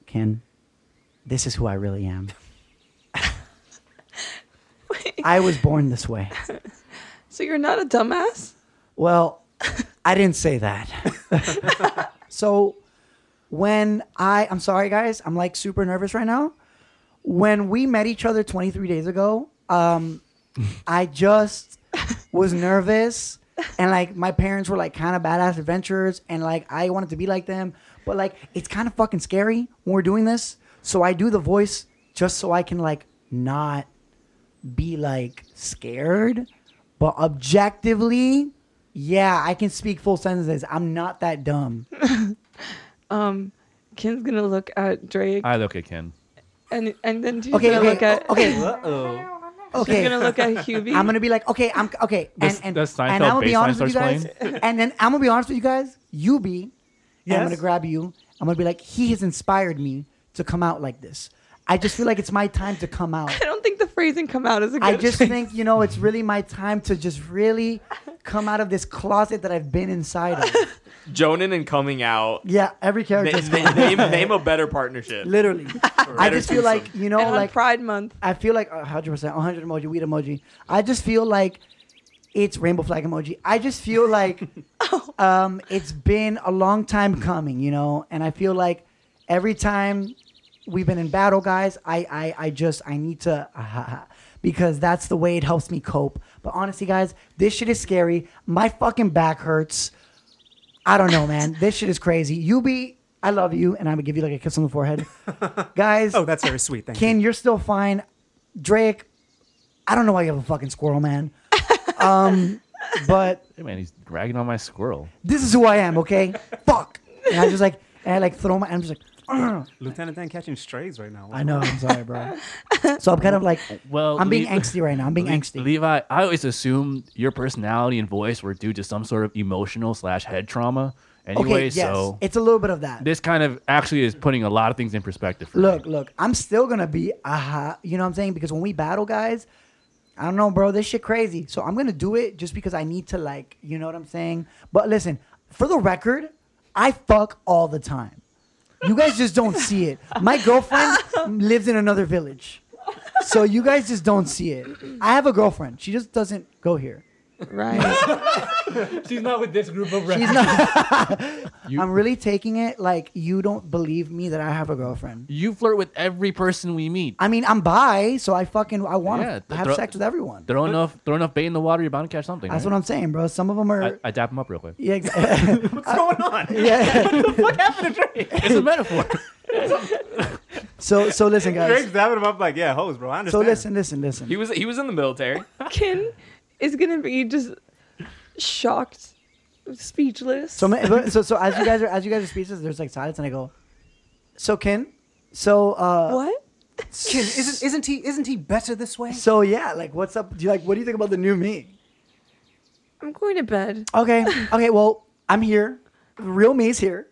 Ken, this is who I really am. I was born this way. so you're not a dumbass. Well, I didn't say that. so when I I'm sorry guys, I'm like super nervous right now. When we met each other 23 days ago, um I just was nervous and like my parents were like kind of badass adventurers and like I wanted to be like them, but like it's kind of fucking scary when we're doing this. So I do the voice just so I can like not be like scared, but objectively, yeah, I can speak full sentences. I'm not that dumb. Um, Ken's gonna look at Drake, I look at Ken. and and then she's Uh, Okay, gonna okay, look at okay, Uh-oh. she's okay. gonna look at Hubie. I'm gonna be like, okay, I'm okay, and Does- and, does Seinfeld and I'm gonna be baseline honest with you starts guys, and then I'm gonna be honest with you guys. You be, I'm Yes. gonna grab you. I'm gonna be like, he has inspired me to come out like this. I just feel like it's my time to come out. I don't think the phrasing come out as a good. I just phrase. think you know it's really my time to just really come out of this closet that I've been inside of. Jonan and coming out. Yeah, every Na- character. na- name, name a better partnership. Literally, I just feel like you know, and on like Pride Month, I feel like a hundred percent, a hundred emoji, weed emoji. I just feel like it's rainbow flag emoji. I just feel like um, it's been a long time coming, you know. And I feel like every time we've been in battle, guys, I I, I just I need to because that's the way it helps me cope. But honestly, guys, this shit is scary. My fucking back hurts. I don't know, man. This shit is crazy. You be. I love you, and I'm gonna give you like a kiss on the forehead, guys. Oh, that's very sweet. Thank Ken, you. you're still fine. Drake, I don't know why you have a fucking squirrel, man. Um, but Hey man, he's ragging on my squirrel. this is who I am, okay? Fuck. And I just like, and I like throw my, I'm just like, "Ugh." Lieutenant Dan catching strays right now. I know, I'm sorry, bro. So I'm kind of like, Well, I'm being Le- angsty right now. I'm being Le- angsty. Levi, I always assumed your personality and voice were due to some sort of emotional slash head trauma. Anyway, okay, yes, so it's a little bit of that. this kind of actually is putting a lot of things in perspective for Look, me. look, I'm still gonna be aha. you know what I'm saying? Because when we battle, guys, I don't know, bro. This shit crazy. So I'm gonna do it just because I need to, like, you know what I'm saying? But listen, for the record, I fuck all the time. You guys just don't see it. My girlfriend lives in another village, so you guys just don't see it. I have a girlfriend. She just doesn't go here. right? She's not with this group of She's not. You- I'm really taking it like you don't believe me that I have a girlfriend. You flirt with every person we meet. I mean, I'm bi, so I fucking I want Yeah, to th- have throw- sex with everyone. Throw enough, throw enough bait in the water, you're bound to catch something. That's right? what I'm saying, bro. Some of them are. I, I dap him up real quick. yeah, ex- What's going on? yeah. It's a metaphor. So, so listen, Drake's guys. dabbing him up like, yeah, hose, bro. I So understand. listen, listen, listen. He was he was in the military. Ken is gonna be just shocked, speechless. So, ma- but- so, so as you guys are as you guys are speechless, there's like silence, and I go, "So Ken, so uh, what? Ken, isn't isn't he isn't he better this way? so yeah, like what's up? Do you like what do you think about the new me? I'm going to bed. Okay, okay. Well, I'm here. Real me's here.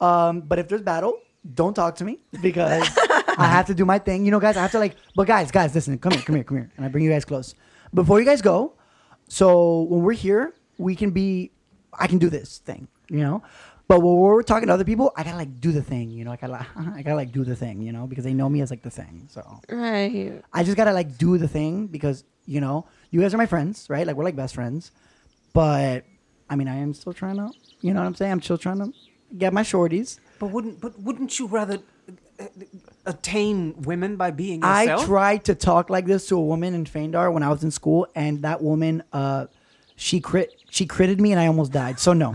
Um, but if there's battle, don't talk to me because I have to do my thing. You know, guys, I have to like. But guys, guys, listen, come here, come here, come here, and I bring you guys close. Before you guys go, so when we're here, we can be. I can do this thing, you know. But when we're talking to other people, I gotta like do the thing, you know. I gotta, like, I gotta like do the thing, you know, because they know me as like the thing. So Right. I just gotta like do the thing because you know you guys are my friends, right? Like we're like best friends. But I mean, I am still trying to, you know what I'm saying? I'm still trying to get my shorties. But wouldn't but wouldn't you rather uh, attain women by being I tried to talk like this to a woman in Feindar when I was in school, and that woman, uh, she crit, she critted me, and I almost died. So no,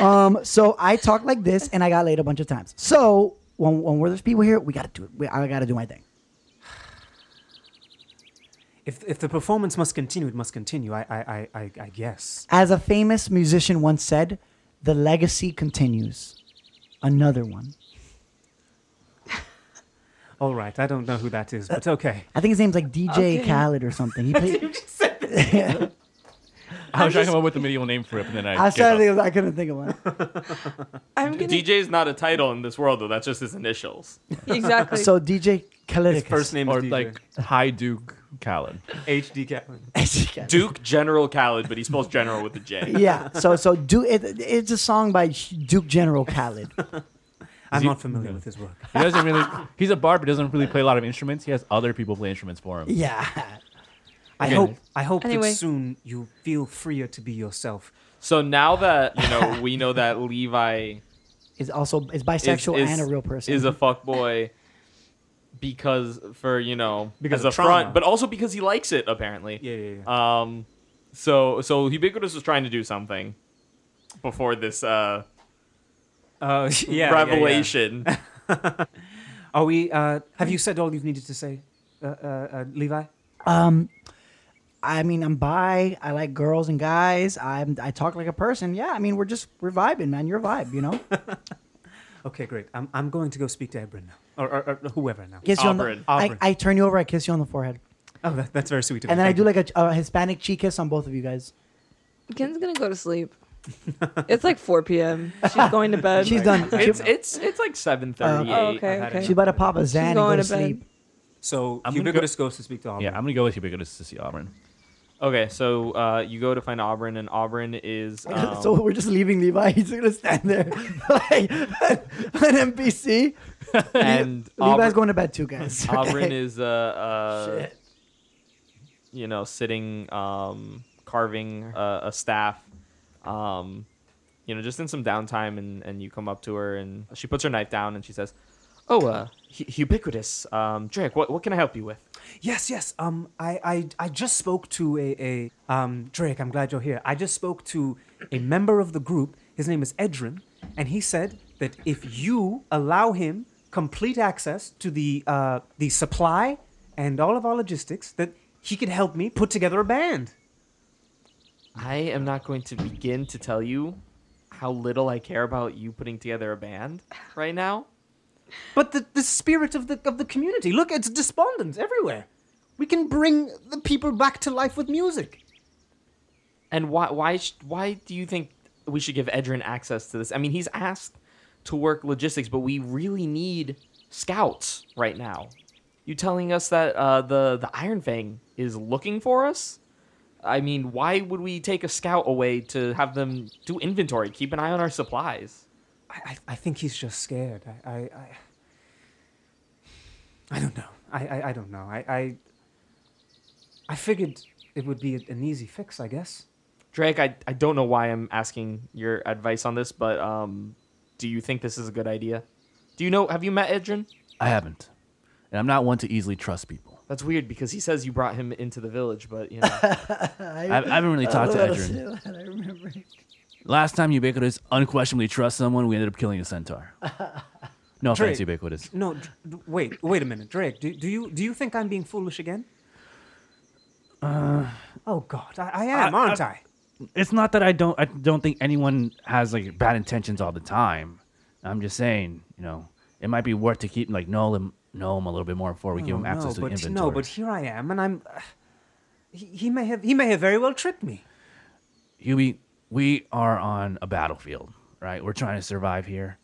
um, so I talked like this, and I got laid a bunch of times. So when when there's people here, we gotta do it. We, I gotta do my thing. if if the performance must continue, it must continue. I I I, I, I guess. As a famous musician once said, the legacy continues. Another one. All right. I don't know who that is, but okay. I think his name's like DJ Okay. Khaled or something. He played. I was trying to come up with a medieval name for it, but then I. I was gave trying to up. think of- I couldn't think of one. I'm gonna DJ is not a title in this world though. That's just his initials. exactly. So DJ Khaled. His first name or is like High Duke Khaled. HD Kaplan. Duke General Khaled, but he spells general with a J. yeah. So so do it. It's a song by Duke General Khaled. I'm he- not familiar with his work. He doesn't really. He's a barb, but doesn't really play a lot of instruments. He has other people play instruments for him. Yeah. I Okay. hope I hope Anyway. that soon you feel freer to be yourself. So now that you know, we know that Levi Is also is is- bisexual is- and a real person. is a fuckboy because for you know Because as of a front, trauma. but also because he likes it apparently. Yeah, yeah, yeah. Um, so so ubiquitous was trying to do something before this uh Uh, yeah, yeah, yeah. revelation. Are we? Uh, have you said all you've needed to say, uh, uh, uh, Levi? um, I mean, I'm bi. I like girls and guys. I'm I talk like a person. Yeah. I mean, we're just we're vibing, man. You're a vibe, you know. Okay, great. I'm, I'm going to go speak to Ebrin now, or, or, or whoever now. Kiss you on the, Aubryn. I, Aubryn. I turn you over. I kiss you on the forehead, Oh, that, that's very sweet of and you. then I Thank do you. like a, a Hispanic cheek kiss on both of you guys. Ken's gonna go to sleep. it's like 4 p.m. She's going to bed. She's done. it's She- it's it's like seven thirty eight. Oh, okay, I've had okay. She's about to pop a Xan and go going to to bed. sleep. So I'm gonna ubiquitous goes to speak to Aubryn. Yeah, I'm gonna go with ubiquitous to see Auburn. Okay, so uh, you go to find Auburn, and Auburn is um, so we're just leaving Levi. He's gonna stand there like an NPC. and Levi's Auburn, going to bed too, guys. Auburn is uh, uh Shit. you know sitting um carving a, a staff, um you know just in some downtime, and and you come up to her, and she puts her knife down, and she says, "Oh, uh, hu- ubiquitous, um, Drake, what what can I help you with?" Yes, yes. Um, I, I, I just spoke to a, a um, Drake. I'm glad you're here. I just spoke to a member of the group. His name is Edrin, and he said that if you allow him complete access to the uh, the supply and all of our logistics, that he could help me put together a band. I am not going to begin to tell you how little I care about you putting together a band right now. But the, the spirit of the of the community. Look, it's despondent everywhere. We can bring the people back to life with music. And why why sh- why do you think we should give Edrin access to this? I mean, he's asked to work logistics, but we really need scouts right now. You telling us that uh, the the Iron Fang is looking for us? I mean, why would we take a scout away to have them do inventory, keep an eye on our supplies? I, I, I think he's just scared. I, I, I, I don't know. I, I, I don't know. I, I, I figured it would be an easy fix, I guess. Drake, I, I don't know why I'm asking your advice on this, but um, do you think this is a good idea? Do you know? Have you met Edrin? I haven't, and I'm not one to easily trust people. That's weird because he says you brought him into the village, but you know. I, I haven't really talked to Edrin. I remember. Last time ubiquitous unquestionably trust someone, we ended up killing a centaur. No offense, Drake. ubiquitous. No, d- d- wait, wait a minute, Drake. Do, do you do you think I'm being foolish again? Uh, oh God, I, I am, I- aren't I, I- It's not that I don't. I don't think anyone has like bad intentions all the time. I'm just saying, you know, it might be worth to keep like know him, know him a little bit more before we give Oh, him access no, to the but inventory. no, but here I am, and I'm. Uh, he, he may have he may have very well tricked me. Hubie, we are on a battlefield, right? We're trying to survive here.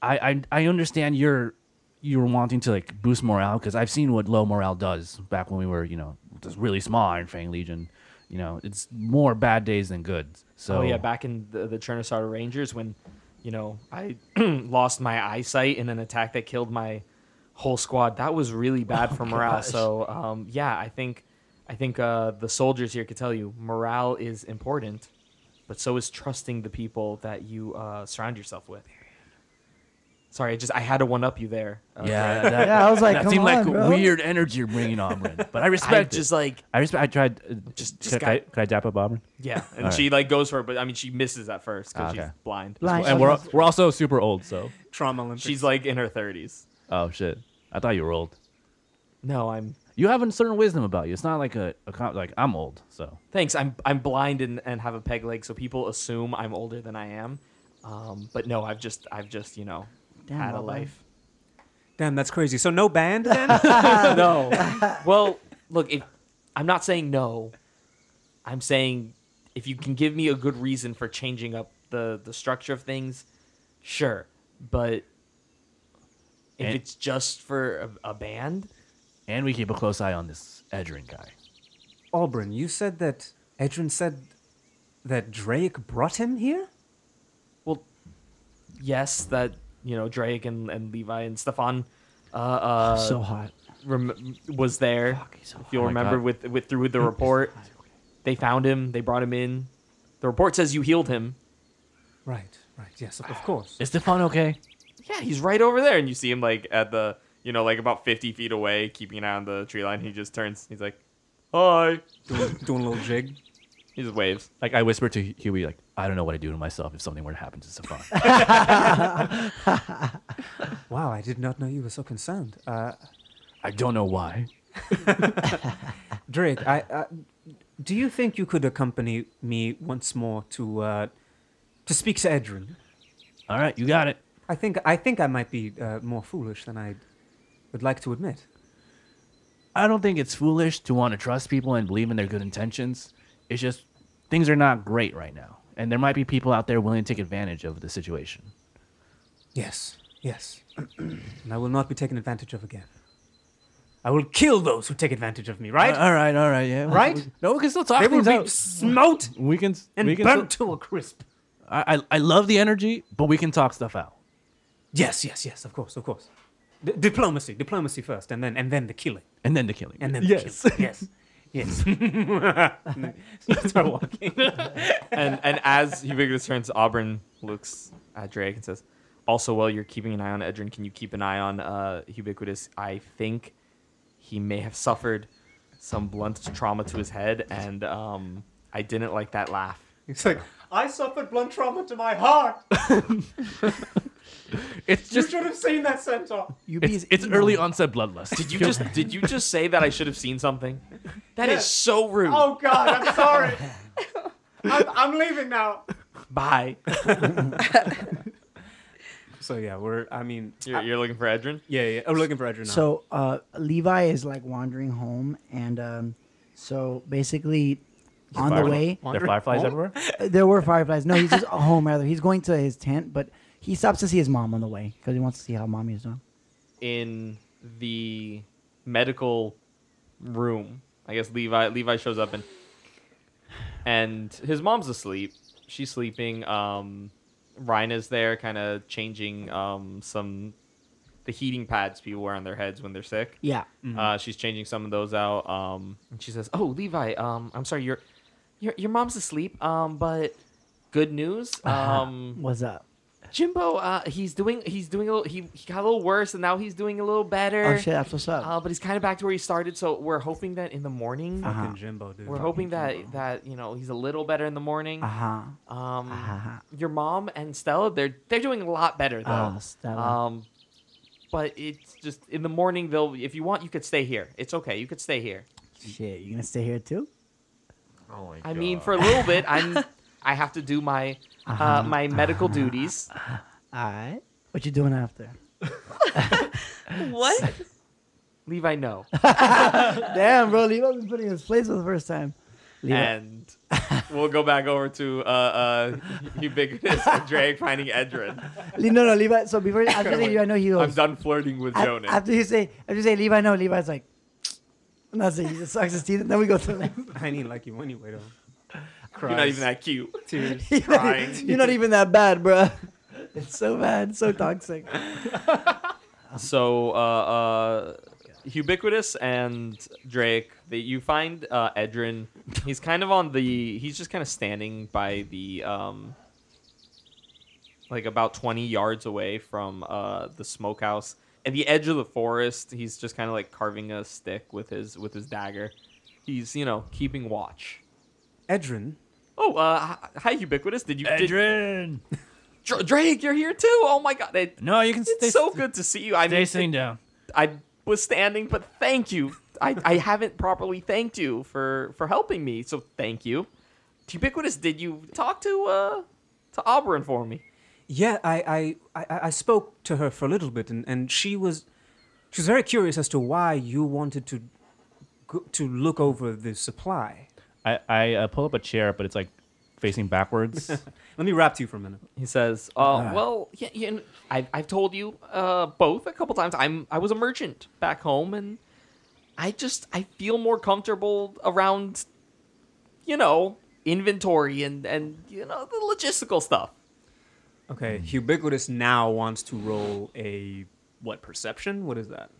I I, I understand you're you're wanting to like boost morale because I've seen what low morale does. Back when we were you know this really small Iron Fang Legion, you know it's more bad days than good. So oh yeah, back in the, the Chernostar Rangers when, you know, I lost my eyesight in an attack that killed my whole squad. That was really bad for morale. So um, yeah, I think I think uh, the soldiers here could tell you morale is important, but so is trusting the people that you uh, surround yourself with. Sorry, I just I had to one up you there. Uh, yeah, Brad. that, Yeah, I was like, that come seemed like on, bro. weird energy you're bringing on, Bryn. But I I respect just it. like I respect. I tried. uh, Just- could, just I, got- could I dap up Auburn? yeah, and All she like goes for it, but I mean she misses at first because Okay. she's blind. Blind. And we're we're also super old, so Trauma Olympics. She's like in her thirties. oh shit. I thought you were old. No, I'm You have a certain wisdom about you. It's not like a, a com- like I'm old, so Thanks. I'm I'm blind and, and have a peg leg, so people assume I'm older than I am. Um, but no, I've just I've just you know Damn, had a well done. life. Damn, that's crazy. So no band then? no. Well, look, if, I'm not saying no. I'm saying if you can give me a good reason for changing up the the structure of things, sure. But if And- it's just for a, a band, and we keep a close eye on this Edrin guy. Auburn, you said that Edrin said that Drake brought him here? Well, yes, that you know Drake and, and Levi and Stefan uh, uh, so hot. rem- was there. he's so if you'll hot. Oh my remember God. with with through the report, they found him. They brought him in. The report says you healed him. Right, right. Yes, of course. Is Stefan okay? Yeah, he's right over there, and you see him like at the you know like about fifty feet away, keeping an eye on the tree line. He just turns. He's like, "Hi." doing, doing a little jig. He just waves. Like I whispered to Huey, like I don't know what I'd do to myself if something were to happen to Stefan. Wow, I did not know you were so concerned. Uh, I don't know why. Drake, I, I, do you think you could accompany me once more to uh, to speak to Edrin? All right, you got it. I think I think I might be uh, more foolish than I would like to admit. I don't think it's foolish to want to trust people and believe in their good intentions. It's just things are not great right now, and there might be people out there willing to take advantage of the situation. Yes, yes. and I will not be taken advantage of again. I will kill those who take advantage of me. Right? all right, all right, yeah, Right? No, we can still talk they will things be out. smote we can and we can burnt still- to a crisp. I, I I love the energy, but we can talk stuff out. Yes, yes, yes. Of course, of course. D- diplomacy, diplomacy first, and then and then the killing, And then the killing. and then yes. the killing. yes, yes. And then start walking. and and as Ubiquitous turns, Auburn looks at Drake and says, "Also, while you're keeping an eye on Edrin, can you keep an eye on uh, Ubiquitous? I think he may have suffered some blunt trauma to his head, and um, I didn't like that laugh. It's like I suffered blunt trauma to my heart. It's just should have seen that centaur. You it's, it's early onset bloodlust. Did you just did you just say that I should have seen something? That is Yes. so rude. Oh, God, I'm sorry. I'm, I'm leaving now. Bye. So yeah, we're. I mean, You're, you're looking for Edrin. yeah, yeah. I'm looking for Edrin now. So uh, Levi is like wandering home, and um, so basically, on the Firefly- way, There are fireflies home? everywhere? there were fireflies. No, he's just home rather. He's going to his tent, but he stops to see his mom on the way because he wants to see how mommy is doing. in the medical room. I guess Levi Levi shows up and and his mom's asleep. She's sleeping. Um, Ryan is there, kind of changing um, some the heating pads people wear on their heads when they're sick. Yeah, Uh, she's changing some of those out. Um, and she says, "Oh, Levi, um, I'm sorry, your your your mom's asleep. Um, but good news. Um, what's up? Jimbo, uh, he's doing he's doing a little, he, he got a little worse and now he's doing a little better. Oh shit, that's what's up. Uh, but he's kind of back to where he started, so we're hoping that in the morning, Uh-huh. Fucking Jimbo, dude. we're hoping that that you know he's a little better in the morning. Uh huh. Um, Uh-huh. your mom and Stella, they're they're doing a lot better though. Ah, Stella. Um, but it's just in the morning they'll if you want you could stay here. It's okay, you could stay here. Shit, you gonna stay here too? Oh my I mean, for a little bit, I'm I have to do my Uh-huh. uh, my medical duties. All right. What you doing after? What? Levi, no. Damn, bro, Levi's been putting his place for the first time. Levi, and we'll go back over to uh, uh, ubiquitous Drake finding Edrin. Le- no, no, Levi. So before after Kinda say Levi, no, he I'm goes. done flirting with a- Jonas. After you say, after you say Levi, no, Levi's like, and that's it. He just sucks his teeth, and then we go to I ain't like you anyway, though. You're not even that cute. Tears. Crying. You're not even that bad, bruh. It's so bad, so toxic. So, uh, uh, Ubiquitous and Drake, they, you find uh, Edrin. He's kind of on the. He's just kind of standing by the. Um, like about 20 yards away from uh, the smokehouse. At the edge of the forest, he's just kind of like carving a stick with his with his dagger. He's you know keeping watch. Edrin. Oh, uh, h- hi, ubiquitous. Did you did- Adrian. Dr- Drake? You're here too. Oh my god, it, No, you can it's stay. so good to see you. I Stay mean, sitting down. I was standing, but thank you. I, I haven't properly thanked you for for helping me, so thank you. Ubiquitous, did you talk to uh to Auburn for me? Yeah, I, I, I, I spoke to her for a little bit, and, and she was she was very curious as to why you wanted to go, to look over the supply. I, I uh, pull up a chair, but it's like facing backwards. Let me rap to you for a minute. He says, uh, Ah. well, yeah, yeah, and I've, I've told you uh, both a couple times. I'm I was a merchant back home, and I just I feel more comfortable around, you know, inventory and and you know the logistical stuff. Okay, ubiquitous now wants to roll a what perception? What is that?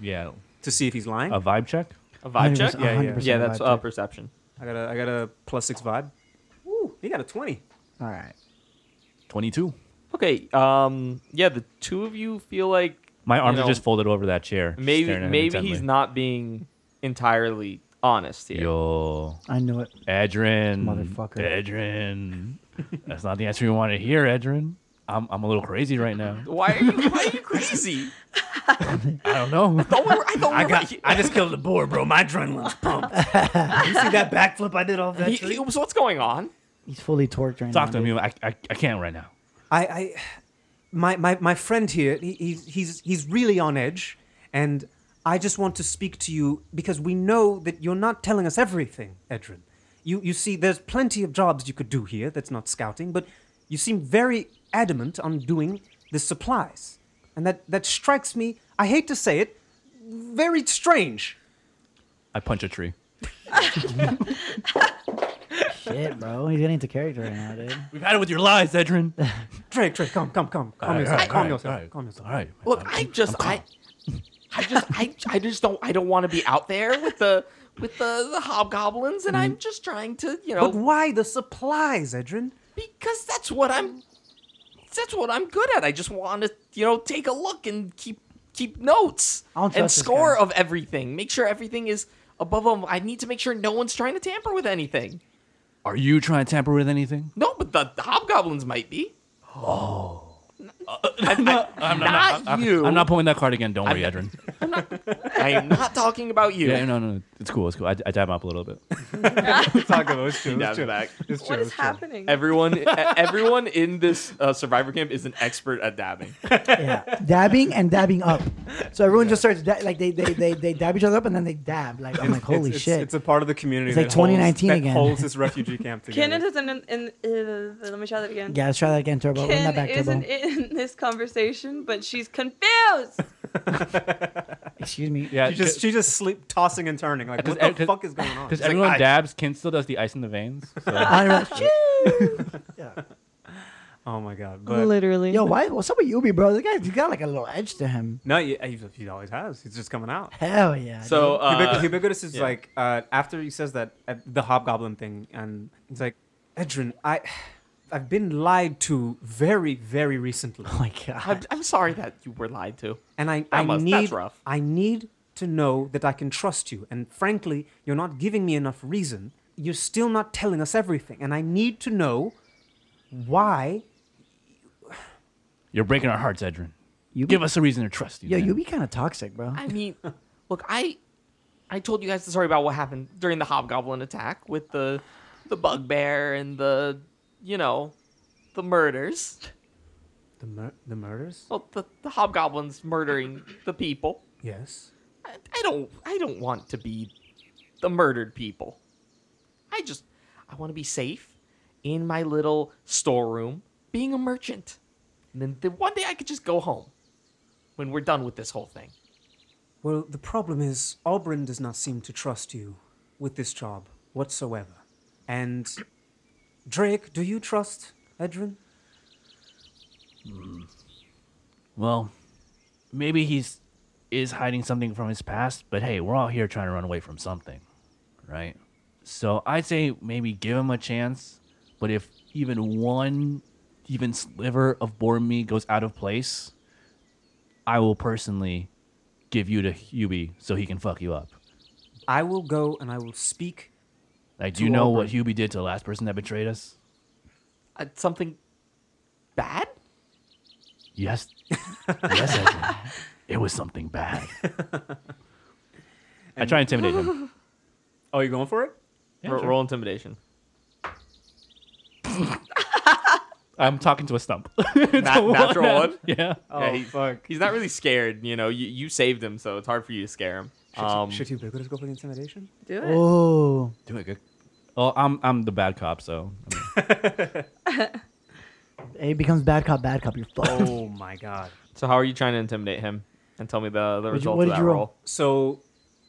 yeah, To see if he's lying. a vibe check. A vibe check, 100%, Yeah, yeah. 100% yeah, that's vibe uh, check. perception. I got a I got a plus six vibe. Ooh, he got a twenty. All right. Twenty-two. Okay. Um. Yeah, the two of you feel like My you arms know, are just folded over that chair. maybe staring at him maybe he's intently. not being entirely honest here. Yo, I knew it. Edrin, Motherfucker. Edrin. That's not the answer you wanted to hear, Edrin. I'm I'm a little crazy right now. Why are you Why are you crazy? I don't know. Don't worry, I don't. I got. I just killed the boar, bro. My adrenaline's pumped. you see that backflip I did off He, he, so what's going on? He's fully torqued right Talk to now. me. I, I I can't right now. I, I my, my, my friend here, he, he's, he's, he's really on edge, and I just want to speak to you because we know that you're not telling us everything, Edrin. You, you see, there's plenty of jobs you could do here that's not scouting, but you seem very adamant on doing the supplies. And that, that strikes me, I hate to say it, very strange. I punch a tree. Shit, bro. He's getting into character right now, dude. We've had it with your lies, Edrin. Drake, Drake, come, come, come. All Calm right, yourself, all right, calm all right, yourself, all right. calm yourself. All right. Look, I just I. I just I, I just don't I don't want to be out there with the with the, the hobgoblins and Mm-hmm. I'm just trying to you know But why the supplies, Edrin? because that's what I'm that's what I'm good at. I just want to, you know, take a look and keep keep notes I don't and trust this score guy. of everything. Make sure everything is above them. I need to make sure no one's trying to tamper with anything. Are you trying to tamper with anything? No, but the, the hobgoblins might be. Oh. I'm not, not you. I'm not pulling that card again. Don't worry, I'm- Edrin. I am not talking about you. Yeah, no, no, it's cool. It's cool. I, I dab him up a little bit. Talk about it, Yeah, I'm back. What is happening? Everyone, e- everyone in this uh, survivor camp is an expert at dabbing. Yeah. dabbing and dabbing up. So everyone just starts, da- like, they, they, they, they dab each other up and then they dab. Like, I'm like, holy it's, it's- shit. It's, a part of the community. It's like that holds- 2019 that again. holds this refugee camp together. Ken isn't in. in uh, let me try that again. yeah, let's try that again, Turbo. Run that Ken back, Turbo. isn't in this conversation, but she's confused. Excuse me. Yeah. She just she just sleep tossing and turning. Like Does what the Ed- fuck is going on? because It's like, everyone I- dabs, Kin still does the ice in the veins. So. I don't know. oh my god! But Literally. Yo, why? What's up with Yubi, bro? The guy, he's got like a little edge to him. no, he, he- he always has. He's just coming out. Hell yeah. So, Ubiqu- uh, Ubiquitous is yeah. like uh, after he says that uh, the hobgoblin thing, and he's like, Edrin, I, I've been lied to very, very recently, dude. Oh my god. I'm, I'm sorry that you were lied to. and I, I must- need, that's rough. I need to know that I can trust you. And frankly, you're not giving me enough reason. You're still not telling us everything, and I need to know why You're breaking our hearts, Edrin. Yubi- Give us a reason to trust you. Yo, man. you be kind of toxic, bro. I mean, look, I I told you guys the story about what happened during the hobgoblin attack with the the bugbear and the you know the murders. the mur- the murders. Well, the, the hobgoblins murdering the people. Yes. I, I don't I don't want to be the murdered people. I just I want to be safe in my little storeroom being a merchant. And then, then one day I could just go home when we're done with this whole thing. Well, the problem is, Aubryn does not seem to trust you with this job whatsoever. And Drake, do you trust Edrin? Well, maybe he's is hiding something from his past, but hey, we're all here trying to run away from something, right? So I'd say maybe give him a chance, but if even one even sliver of bored me goes out of place, I will personally give you to Hubie so he can fuck you up. I will go and I will speak. Like, To do you know what Aubrey. Hubie did to the last person that betrayed us? Uh, something bad? Yes. yes, Edwin. It was something bad. I try to intimidate him. Oh, you going for it? Ro- Roll intimidation. I'm talking to a stump. Nat- natural one. yeah. Oh, Yeah, he's, fuck. he's not really scared. You know, you, you saved him, so it's hard for you to scare him. Should, Um, should Ubiquitous go for the intimidation? Do it. Oh, Do it good. Well, I'm I'm the bad cop, so I mean, it becomes bad cop, bad cop. You're fucked. oh my god. so how are you trying to intimidate him? And tell me the, the What'd you- result what of did that you roll. roll? So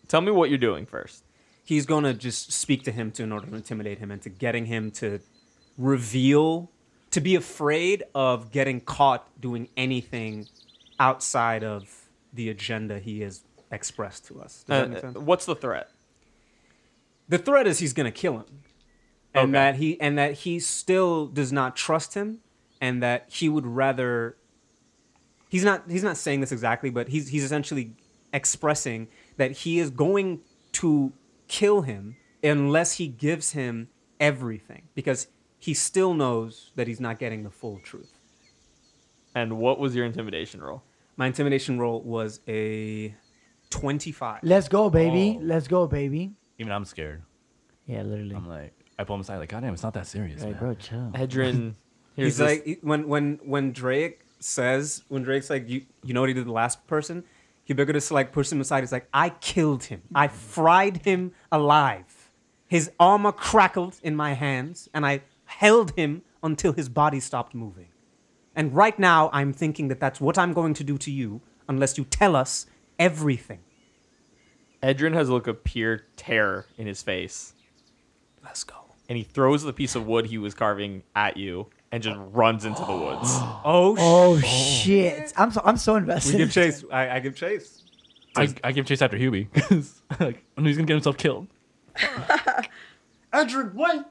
Tell me what you're doing first. he's going to just speak to him to in order to intimidate him into getting him to reveal to be afraid of getting caught doing anything outside of the agenda he has expressed to us. Does Uh, that make sense? what's the threat? The threat is he's going to kill him, and Okay. that he and that he still does not trust him, and that he would rather. He's not. He's not saying this exactly, but he's he's essentially expressing that he is going to kill him unless he gives him everything, because he still knows that he's not getting the full truth. And what was your intimidation roll? My intimidation roll was a twenty-five. Let's go, baby. Oh. Let's go, baby. even I'm scared. Yeah, literally. I'm like I pull him aside like, God damn, it's not that serious. Hey, man." bro, chill. Oh. Hedron, He's here's this- like he- when when when Drake says when Drake's like you you know what he did to the last person, Ubiquitous like pushed him aside. He's like I killed him. I fried him alive. His armor crackled in my hands, and I held him until his body stopped moving. And right now, I'm thinking that that's what I'm going to do to you unless you tell us everything. Edrin has a look of pure terror in his face, Let's go. and he throws the piece of wood he was carving at you and just runs into the woods. Oh, Oh, shit! I'm so I'm so we invested. give chase. I, I give chase. I, I give chase after Hubie because like, I know he's gonna get himself killed. Andrew, what?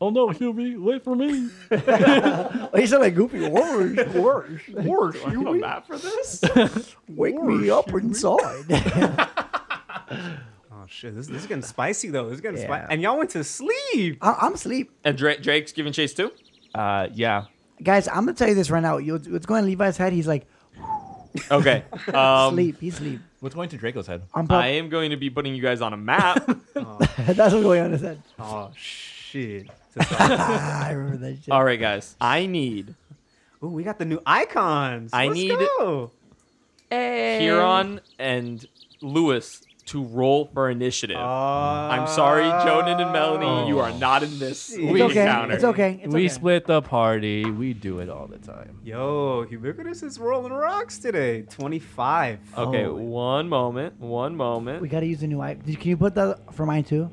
Oh no, Hubie, wait for me. Oh, you sound like Goofy. Worse, worse. Or you a map for this? Wake me up inside. Oh shit! This, this is getting spicy though. This is getting Yeah. spicy. And y'all went to sleep. I- I'm asleep. and Dra- Drake's giving chase too. Uh, yeah. Guys, I'm gonna tell you this right now. You, what's going on in Levi's head? He's like Okay. Um, sleep. He's sleep. What's going to Draco's head? I'm I pop- am going to be putting you guys on a map. That's what's going on in his head. Oh shit! Ah, I remember that shit. All right, guys. I need Ooh, we got the new icons. I Let's need- go. Hey. Huron and Lewis to roll for initiative. Uh, I'm I'm sorry, Jonan and Melanie, you are not in this It's It's we okay. encounter. It's okay. It's we okay. split the party. We do it all the time. Yo, Ubiquitous is rolling rocks today. Twenty-five. Okay, Holy- one moment, one moment. We gotta use the new eye. Can you put that for mine too?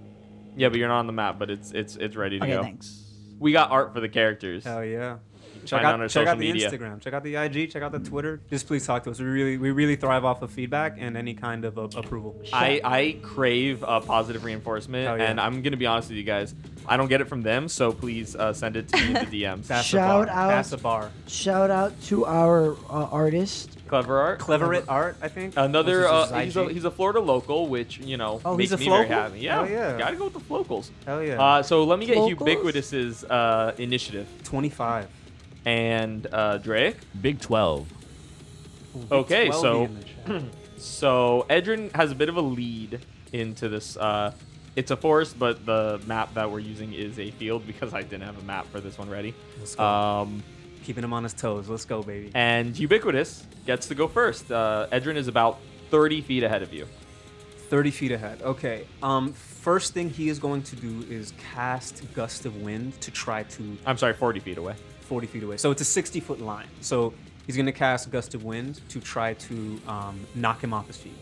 yeah, but you're not on the map, but it's it's it's ready to Okay, go. thanks. We got art for the characters. Hell yeah! Check Find out, out on our check out the social media. Instagram. Check out the IG. Check out the Twitter. Just please talk to us. We really we really thrive off of feedback and any kind of uh, approval. I, I crave uh, positive reinforcement, Hell yeah. and I'm gonna be honest with you guys. I don't get it from them, so please uh, send it to me in the DMs. That's Shout a bar. out- That's a bar. Shout out to our uh, artist. Clever art. Clever at art, I think. Another, This is uh, his he's IG. a he's a Florida local, which you know Oh, makes he's a me very flocal? happy. Yeah, Hell yeah. gotta go with the locals. Hell yeah. Uh, so let me get Locals? ubiquitous's uh, initiative Twenty-five. and uh, Drake. Big twelve. Okay, 12 so- in the chat. So Edrin has a bit of a lead into this. Uh, it's a forest, but the map that we're using is a field because I didn't have a map for this one ready. Let's go. Um, Keeping him on his toes. Let's go, baby. and ubiquitous gets to go first. Uh, Edrin is about 30 feet ahead of you. Thirty feet ahead. Okay. Um, first thing he is going to do is cast gust of wind to try to I'm sorry, 40 feet away. 40 feet away. So it's a 60 foot line. So he's going to cast Gust of Wind to try to um, knock him off his feet.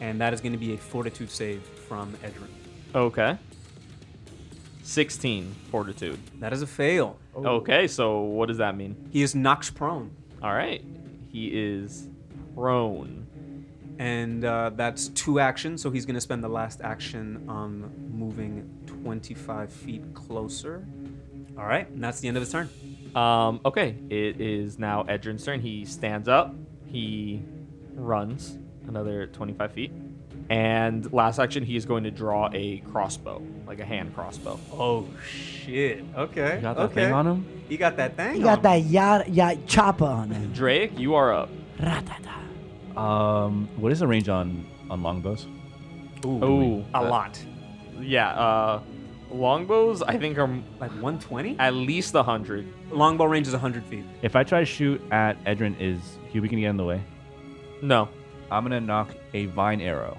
And that is going to be a fortitude save from Edrin. Okay. 16 fortitude. That is a fail. Okay, so what does that mean? He is knocked prone. All right. He is prone. And uh, that's two actions. So he's going to spend the last action um, moving 25 feet closer. All right. And that's the end of his turn. Um, okay, it is now Edrin's turn. He stands up, he runs another 25 feet, and last action, he is going to draw a crossbow, like a hand crossbow. Oh, shit. Okay. You got that thing on him? He got that thing. You on got him. that yada, yada chopper on him. Drake, you are up. Ratata. Um, what is the range on on longbows? Ooh, a that- lot. Yeah, uh, longbows, I think, are m- Like 120? at least 100. Longbow range is 100 feet. If I try to shoot at Edrin, is Hubie gonna get in the way? No. I'm gonna knock a vine arrow.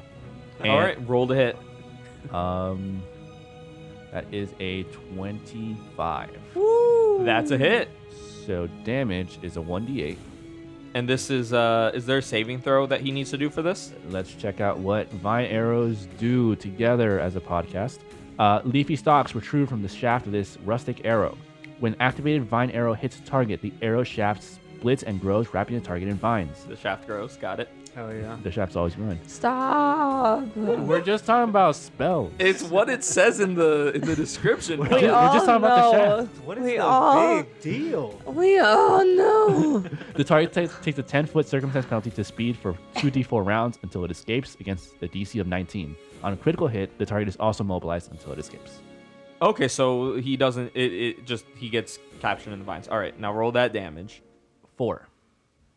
All right, roll to hit. Um, that is a 25. That's a hit. So damage is a 1d8. And this is, uh, is there a saving throw that he needs to do for this? Let's check out what vine arrows do together as a podcast. Uh, leafy stalks protrude from the shaft of this rustic arrow. When activated, vine arrow hits the target. The arrow shaft splits and grows, wrapping the target in vines. The shaft grows. Got it. Hell yeah. The shaft's always growing. Stop. We're just talking about spells. It's what it says in the in the description. We're ju- we're all just talking about the know. shaft. What is Oh, We the all- big deal? We all know. The target ta- takes a 10 foot circumstance penalty to speed for 2d4 rounds until it escapes against a DC of 19. On a critical hit, the target is also mobilized until it escapes. Okay, so he doesn't. It, it just he gets captured in the vines. All right, now roll that damage. Four.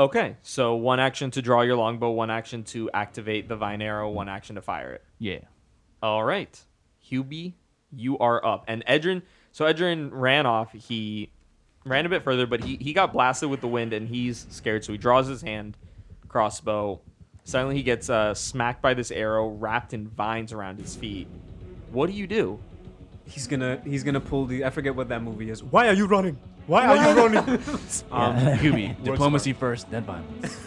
Okay, so one action to draw your longbow, one action to activate the vine arrow, one action to fire it. Yeah. All right, Hubie, you are up. And Edrin, so Edrin ran off. He ran a bit further, but he he got blasted with the wind, and he's scared. So he draws his hand crossbow. Suddenly, he gets uh, smacked by this arrow wrapped in vines around his feet. What do you do? He's gonna he's gonna pull the I forget what that movie is. Why are you running? Why are you running? Um, Hubie, diplomacy diplomacy first, then violence.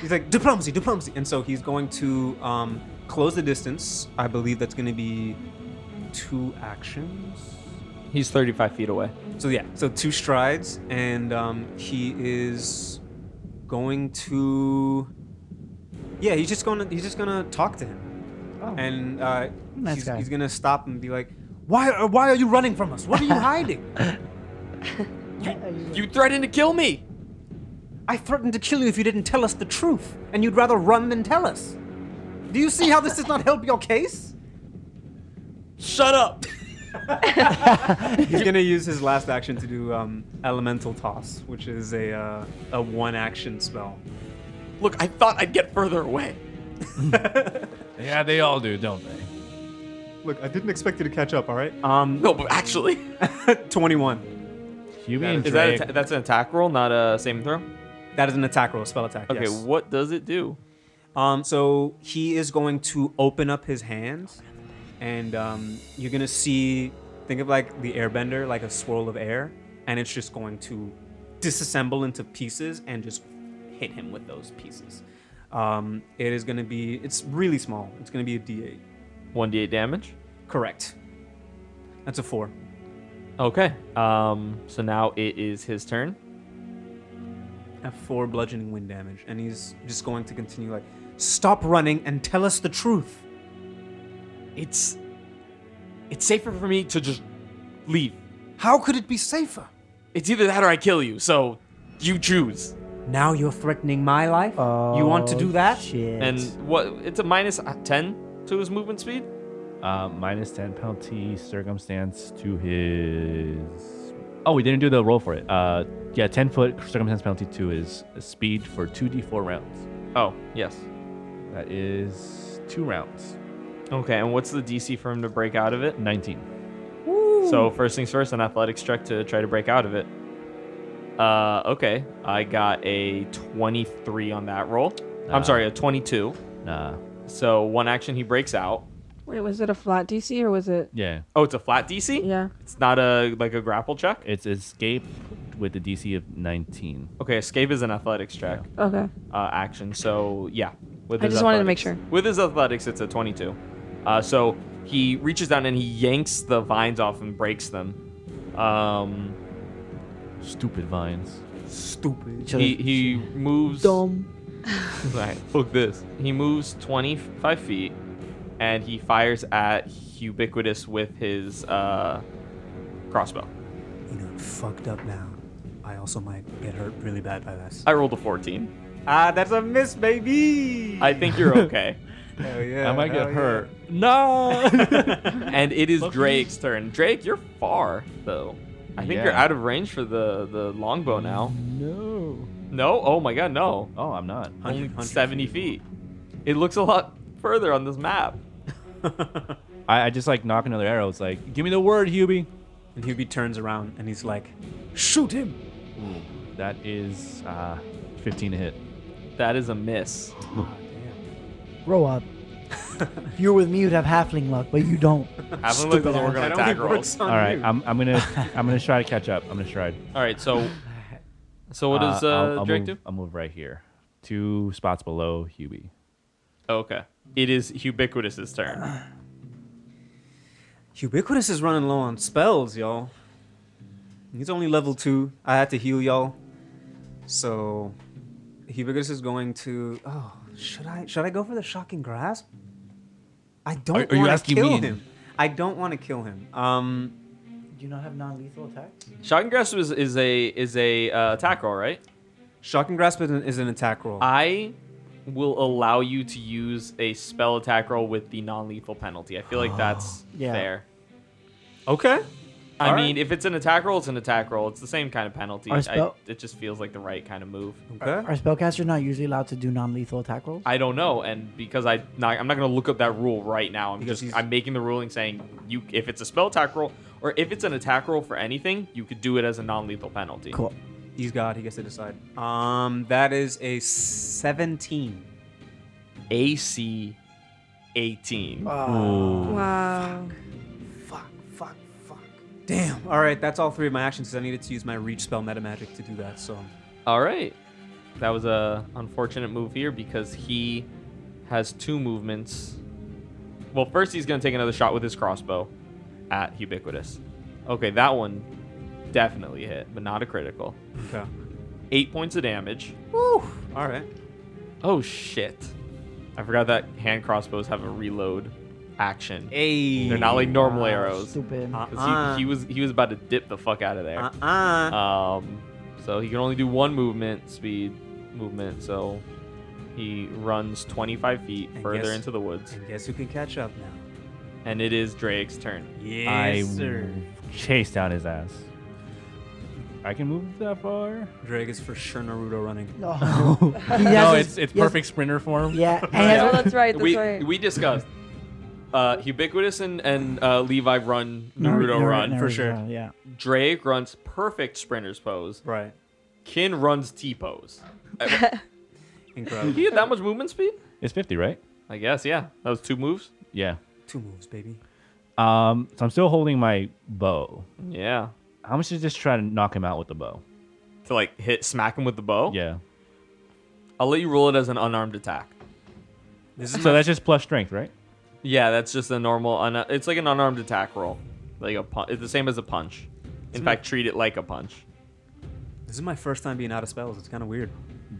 he's like diplomacy, diplomacy, and so he's going to um, close the distance. I believe that's gonna be two actions. He's 35 feet away. So yeah, so two strides, and um, he is going to. Yeah, he's just gonna he's just gonna talk to him, and uh, Nice he's, guy. he's gonna stop and be like, "Why are why are you running from us? What are you hiding?" You threatened to kill me. I threatened to kill you if you didn't tell us the truth, and you'd rather run than tell us. Do you see how this does not help your case? Shut up. He's gonna use his last action to do um, elemental toss, which is a uh, a one action spell. Look, I thought I'd get further away. Yeah, they all do, don't they? Look, I didn't expect you to catch up. All right. Um, No, but actually, twenty-one. Hubie and is that Drake. a, that's an attack roll, not a saving throw? That is an attack roll, spell attack. Okay, yes. what does it do? Um, so he is going to open up his hands, and um, you're gonna see. Think of like the Airbender, like a swirl of air, and it's just going to disassemble into pieces and just hit him with those pieces. Um, it is gonna be. It's really small. It's gonna be a D8. 1d8 damage. Correct. That's a four. Okay. Um. So now it is his turn. A four bludgeoning wind damage, and he's just going to continue like, stop running and tell us the truth. It's it's safer for me to just leave. How could it be safer? It's either that or I kill you. So you choose. Now you're threatening my life. you want to do that? Oh, Shit. And what? It's a minus uh, 10 to his movement speed. Uh, minus 10 penalty circumstance to his. Oh, we didn't do the roll for it. Uh, yeah, 10 foot circumstance penalty to his speed for 2d4 rounds. Oh, yes. That is two rounds. Okay. And what's the DC for him to break out of it? 19. So first things first, an athletics check to try to break out of it. Uh, okay, I got a 23 on that roll. Ah. I'm sorry, a 22. Nah. So one action he breaks out. Wait, was it a flat DC or was it? Yeah. Oh, it's a flat DC. Yeah. It's not a like a grapple check. It's escape with the DC of 19. Okay, escape is an athletics check Okay. uh, action. So yeah, with I his just wanted to make athletics- sure. With his athletics, it's a 22. Uh, so he reaches down and he yanks the vines off and breaks them. Um, Stupid vines. Stupid. he he moves. Dumb. Right. Fuck this. He moves 25 feet, and he fires at Ubiquitous with his uh, crossbow. You know, I'm fucked up now. I also might get hurt really bad by this. I rolled a 14. Ah, that's a miss, baby. I think you're okay. Hell yeah. I might get hell yeah. hurt. No! and it is Drake's turn. Drake, you're far though. I think you're Yeah. out of range for the the longbow now. No. No. Oh my God, no. oh, I'm not. Only 70 feet. It looks a lot further on this map. I, I just like knock another arrow. It's like, give me the word, Hubie. And Hubie turns around and he's like, shoot him. Ooh, that is uh, 15 to hit. That is a miss. Grow up. if you were with me, you'd have halfling luck, but you don't. Have a look Stupid doesn't work on ass. That attack only rolls. works on All right, you. I'm, I'm gonna I'm gonna try to catch up. I'm gonna try. All right, so so what does uh, I'll, I'll Drake move, do? I'll move right here, two spots below Hubie. Oh, okay, it is ubiquitous's turn. Ubiquitous is running low on spells, y'all. He's only level two. I had to heal y'all. So Ubiquitous is going to Oh, should I should I go for the shocking grasp? I don't are you want to asking kill me? him. I don't want to kill him. Um Do you not have non-lethal attack? Shocking grasp is, is a is a uh, attack roll, right? Shocking Grasp is an, is an attack Uh, roll. I will allow you to use a spell attack roll with the non-lethal penalty. I feel like that's Yeah. fair. okay. I All mean, if it's an attack roll, it's an attack roll. It's the same kind of penalty. Our I- spell- it just feels like the right kind of move. Okay. Are spellcasters not usually allowed to do non-lethal attack rolls? I don't know, and because I not, I'm not gonna look up that rule right now. I'm Because just he's- I'm making the ruling saying you if it's a spell attack roll or if it's an attack roll for anything, you could do it as a non-lethal penalty. Cool. He's God, he gets to decide. Um that is a seventeen. AC Uh, 18. Wow. Fuck, fuck, fuck. Damn. Alright, that's all three of my actions because I needed to use my reach spell metamagic to do that, so All right. That was a unfortunate move here because he has two movements. Well, first he's going to take another shot with his crossbow at Ubiquitous. Okay, that one definitely hit, but not a critical. Okay. 8 points of damage. All right. Oh shit. I forgot that hand crossbows have a reload action. Hey. They're not like normal Wow, arrows. Ah, Stupid. 'Cause Uh-uh. He, he was he was about to dip the fuck out of there. Uh-uh. Um, so he can only do one movement speed movement. So he runs 25 feet And further guess- into the woods, And guess who can catch up now? and it is Drake's turn. Yes, I chase down his ass. I can move that far. Drake is for sure Naruto running. No. no, it's it's perfect sprinter form. Yeah, and he has Oh, a- that's right. That's We right. we discussed. Uh, ubiquitous and and uh, Levi run Naruto run. Naruto for sure. run, Yeah. Drake runs perfect sprinter's pose. Right. Kin runs T pose. Incredible. He had that much movement speed? It's 50, right? I guess yeah. That was two moves. Yeah. Two moves, baby. Um, so I'm still holding my bow. Yeah. How much is just try to knock him out with the bow? To like hit smack him with the bow. Yeah. I'll let you roll it as an unarmed attack. This is So my- that's just plus strength, right? Yeah, that's just a normal. Un- it's like an unarmed attack roll, like a punch. It's the same as a punch. In fact, treat it like a punch. this is my first time being out of spells. It's kind of weird.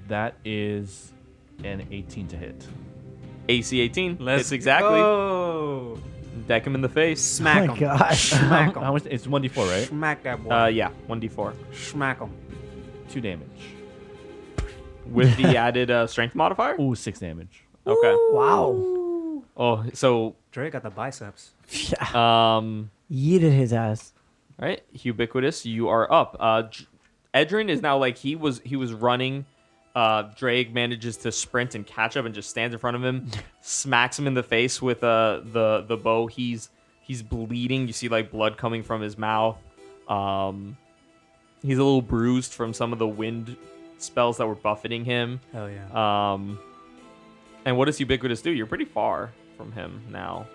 That is an 18 to hit. AC 18. That's exactly. Oh. Deck him in the face. Smack oh my him. gosh. Smack How him. much? It's 1d4, right? Smack that boy. Uh, yeah, 1d4 Smack him. Two damage. with the added uh, strength modifier. Ooh, six damage. Okay. wow. Oh, so Drake got the biceps. Yeah. um, Yeeted his ass. all right, ubiquitous. You are up. Uh, J- Edrin is now like he was. He was running. Uh, Drake manages to sprint and catch up and just stands in front of him, smacks him in the face with uh the the bow. He's he's bleeding. You see like blood coming from his mouth. Um, he's a little bruised Uh, from some of the wind spells that were buffeting him. Hell yeah. Um, And what does Ubiquitous do? You're pretty far from him now.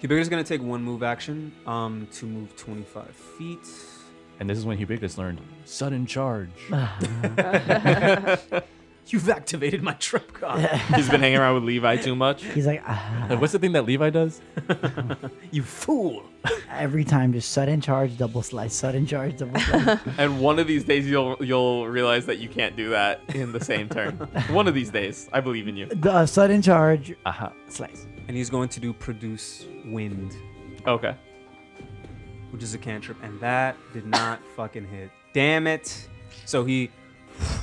Ubiquitous gonna take one move action um, to move 25 feet. And this is when Ubiquitous learned sudden charge. You've activated my trap card. He's been hanging around with Levi too much. He's like, ah, Like, what's the thing that Levi does? You fool. every time, just sudden charge, double slice, sudden charge, double slice. And one of these days you'll you'll realize that you can't do that in the same turn. one of these days, I believe in you. the uh, sudden charge, Aha. slice. And he's going to do produce wind, Okay. which is a cantrip, and that did not fucking hit. Damn it! So he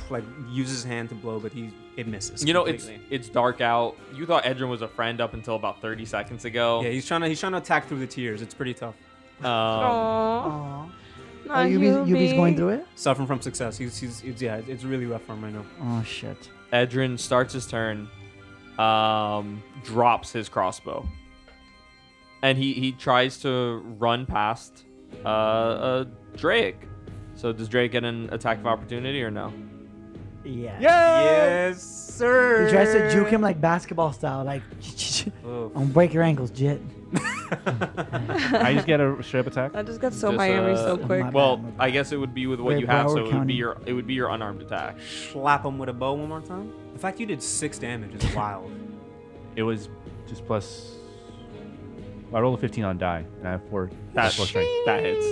like uses his hand to blow, but he it misses. You know it's completely. it's dark out. You thought Edrin was a friend up until about 30 seconds ago. yeah. He's trying to he's trying to attack through the tears. It's pretty tough. Um, Aww. Aww. Oh, Not Yubi's, Yubi's going through it? Suffering from success. He's, he's it's, yeah. It's really rough for him right now. Oh, shit. Edrin starts his turn, um, drops his crossbow, and he he tries to run past uh, uh Drake. So does Drake get an attack of opportunity or no? Yeah. Yes, sir. He tries to juke him like basketball style, like, Oh, um, break your ankles, jit. I just get a strip attack. I just got so Just, Miami uh, so quick. my- Well, bad. I guess it would be with what Wait, you have, so Broward it would County. be your it would be your unarmed attack. slap him with a bow one more time. The fact you did six damage is wild. It was just plus. I rolled a 15 on die, and I have four. That, plus strength. that hits.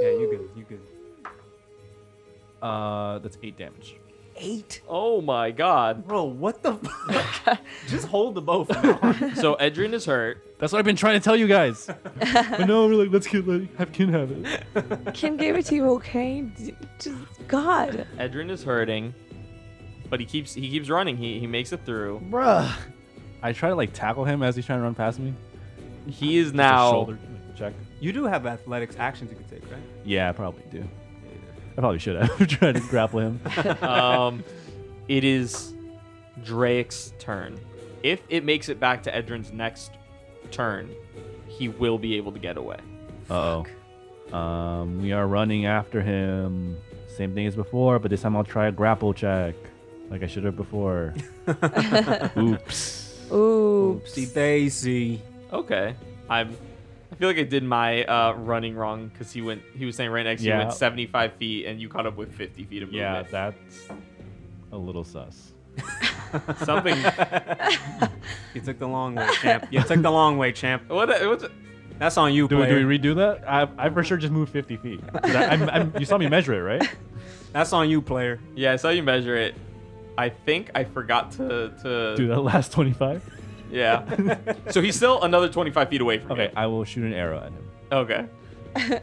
yeah, you good. You good. Uh, that's eight damage. Eight. Oh my god! Bro, what the fuck? Just hold the bow for now. So Edrin is hurt. That's what I've been trying to tell you guys. but no, we're like, let's get, like, have Kin have it. Kim gave it to you, okay? D- Just God. Edrin is hurting, but he keeps he keeps running. He he makes it through. Bruh. I try to like tackle him as he's trying to run past me. He is Just a now shoulder check. You do have athletics actions you can take, right? Yeah, I probably do. I probably should have tried to grapple him. um, it is Drake's turn. If it makes it back to Edrin's next turn, he will be able to get away. Uh oh. Um, we are running after him. Same thing as before, but this time I'll try a grapple check, like I should have before. Oops. Ooh. Oopsie daisy. Okay, I'm. I feel like I did my uh, running wrong because he went. He was saying right next. to You Yeah. went 75 feet, and you caught up with 50 feet of Yeah, movement. that's a little sus. something. You took the long way, champ. You took the long way, champ. what? What's? That's on you, Do we, player. do we redo that? I, I for sure just moved 50 feet. 'Cause I- I'm- I'm- you saw me measure it, right? That's on you, player. Yeah, I saw you measure it. I think I forgot to. to Do that last 25. Yeah. so he's still another 25 feet away from Okay, you. I will shoot an arrow at him. Okay.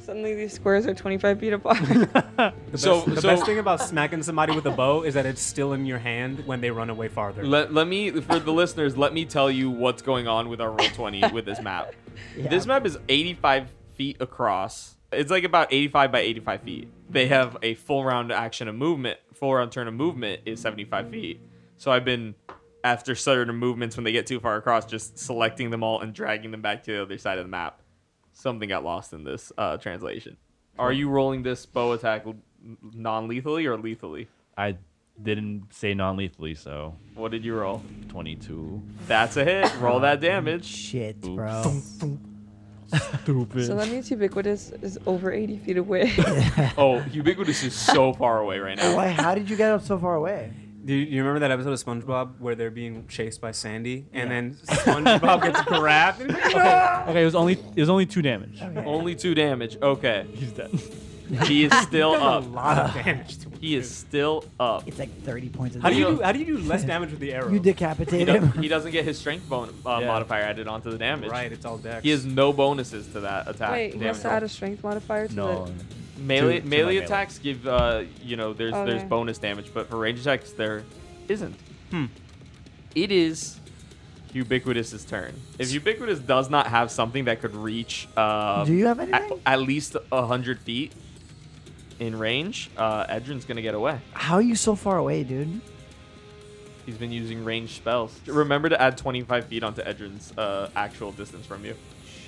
Suddenly these squares are 25 feet apart. The So- best, the so- best thing about smacking somebody with a bow is that it's still in your hand when they run away farther. Let, let me for the listeners, let me tell you what's going on with our roll 20 with this map. This map is 85 feet across. It's like about 85 by 85 feet. They have a full round action of movement. Full round turn of movement is 75 feet. So I've been after certain movements when they get too far across, just selecting them all and dragging them back to the other side of the map. Something got lost in this uh, translation. Are you rolling this bow attack non-lethally or lethally? I didn't say non lethally, so What did you roll? 22. That's a hit. Roll that damage. Shit, bro. Stupid. so that means Ubiquitous is over 80 feet away. Oh, Ubiquitous is so far away right now. Why? How did you get up so far away? Do you, you remember that episode of SpongeBob where they're being chased by Sandy and then SpongeBob gets grabbed? And he's like, Okay, it was only it was only two damage. Only two damage. Okay. He's dead. He is still "Ah!" a up. lot of damage. To him. He is still up. It's like 30 points. Of How do you damage. do, how do you do less damage with the arrow? You He, decapitate does, him. he doesn't get his strength bon- uh, Yeah. modifier added onto the damage. right. It's all dex. He has no bonuses to that attack. Wait, he has to add a strength modifier to No. the melee to- to my melee melee. attacks give uh you know there's Oh, there's Okay. bonus damage, but for range attacks there isn't. It is Ubiquitous's turn. If Ubiquitous does not have something that could reach uh Do you have at, anything? at least a hundred feet in range, uh, Edrin's gonna get away. How are you so far away, dude? He's been using ranged spells. Remember to add 25 feet onto Edrin's uh, actual distance from you.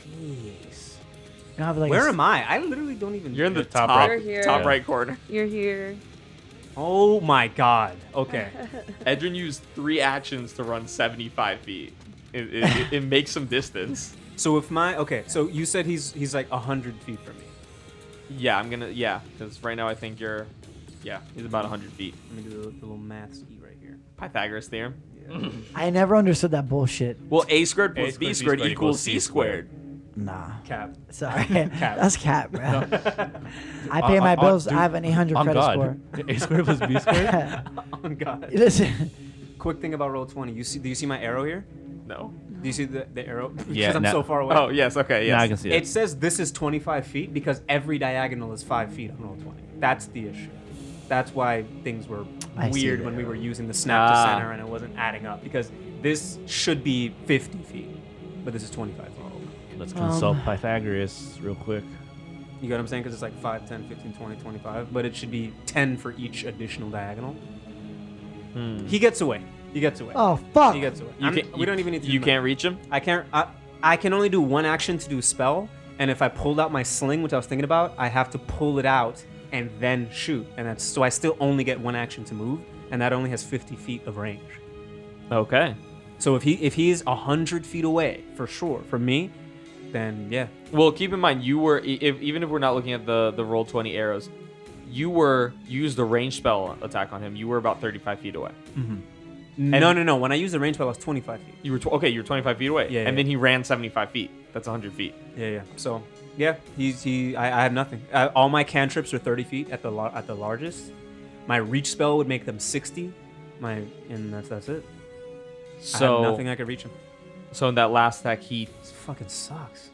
Jeez. You don't have like. a Where s- am I? I literally don't even. You're in the Top top, You're right. here. top Yeah. right corner. You're here. Oh my god. Okay. Edrin used three actions to run 75 feet. It, it, it, it makes some distance. So if my okay, so you said he's he's like hundred feet from me. Yeah, I'm gonna. Yeah, because right now I think you're. Yeah, he's about 100 feet. Let me do the, the little maths e right here. Pythagoras theorem. I never understood that bullshit. Well, a squared plus A b squared, B squared, squared equals equals c C squared. Nah. Cap. Sorry. That's cap, bro. I pay On- my on- bills. Uh, dude, I have an 800 on credit God. score. A squared plus B squared? oh god. Listen, Quick thing about roll twenty. You see? Do you see my arrow here? No. Do you see the, the arrow? because Yeah, I'm no. so far away. Oh yes. Okay. Yes. Now I can see it. It says this is 25 feet because every diagonal is 5 feet on roll 20. That's the issue. That's why things were I see weird that. when we were using the snap to Ah. center and it wasn't adding up because this should be 50 feet, but this is 25 feet. Let's Um, consult Pythagoras real quick. You get what I'm saying? Because it's like 5, 10, 15, 20, 25, but it should be 10 for each additional diagonal. He gets away. He gets away. oh fuck. He gets away. Hmm. You I'm- can't, we don't even need to. You do that. can't reach him. I can't. I, I can only do one action to do spell, and if I pulled out my sling, which I was thinking about, I have to pull it out and then shoot, and that's so I still only get one action to move, and that only has 50 feet of range. Okay. So if he if he's hundred feet away for sure from me, then yeah, Well, keep in mind you were e- if, even if we're not looking at the the roll 20 arrows, you were you used the range spell attack on him. You were about 35 feet away. no no no. When I use the range spell, I was 25 feet. You were tw- okay. You were 25 feet away. Yeah, And yeah. then he ran 75 feet. That's 100 feet. Yeah yeah. So yeah, he's he. I, I have nothing. I, all my cantrips are 30 feet at the lar- at the largest. My reach spell would make them 60. My and that's that's it. I So have nothing I could reach him. so in that last attack, he This fucking sucks.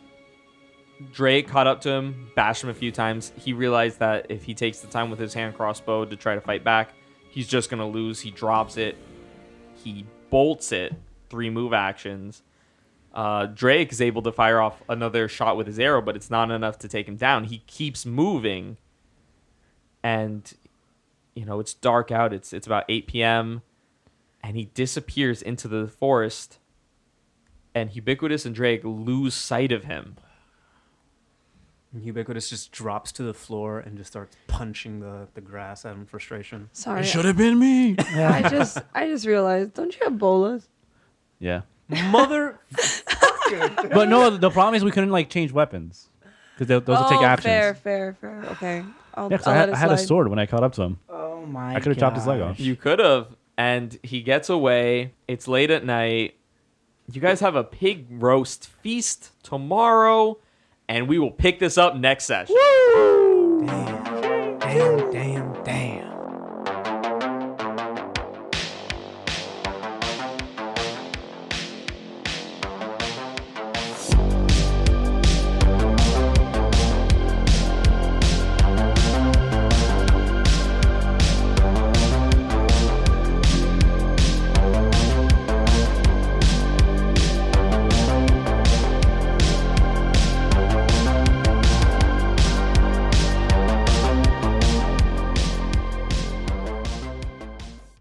Dre caught up to him, bashed him a few times. He realized that if he takes the time with his hand crossbow to try to fight back, he's just gonna lose. He drops it. He bolts it. Three move actions. Uh, Drake is able to fire off another shot with his arrow, but it's not enough to take him down. He keeps moving, and you know it's dark out. It's it's about 8 p.m., and he disappears into the forest. And Ubiquitous and Drake lose sight of him. And Ubiquitous just drops to the floor and just starts punching the, the grass out in frustration. Sorry. have been me. I just I just realized. Don't you have bolas? yeah. Mother. But no, the problem is we couldn't like change weapons because those will take Oh, actions. Fair, fair, fair. Okay. I'll, Yeah, 'cause I'll I had, let it I had a slide. sword when I caught up to him. Oh my. I could have chopped his leg gosh. off. You could have. And he gets away. It's late at night. You guys have a pig roast feast tomorrow, and we will pick this up next session. Damn, damn, damn.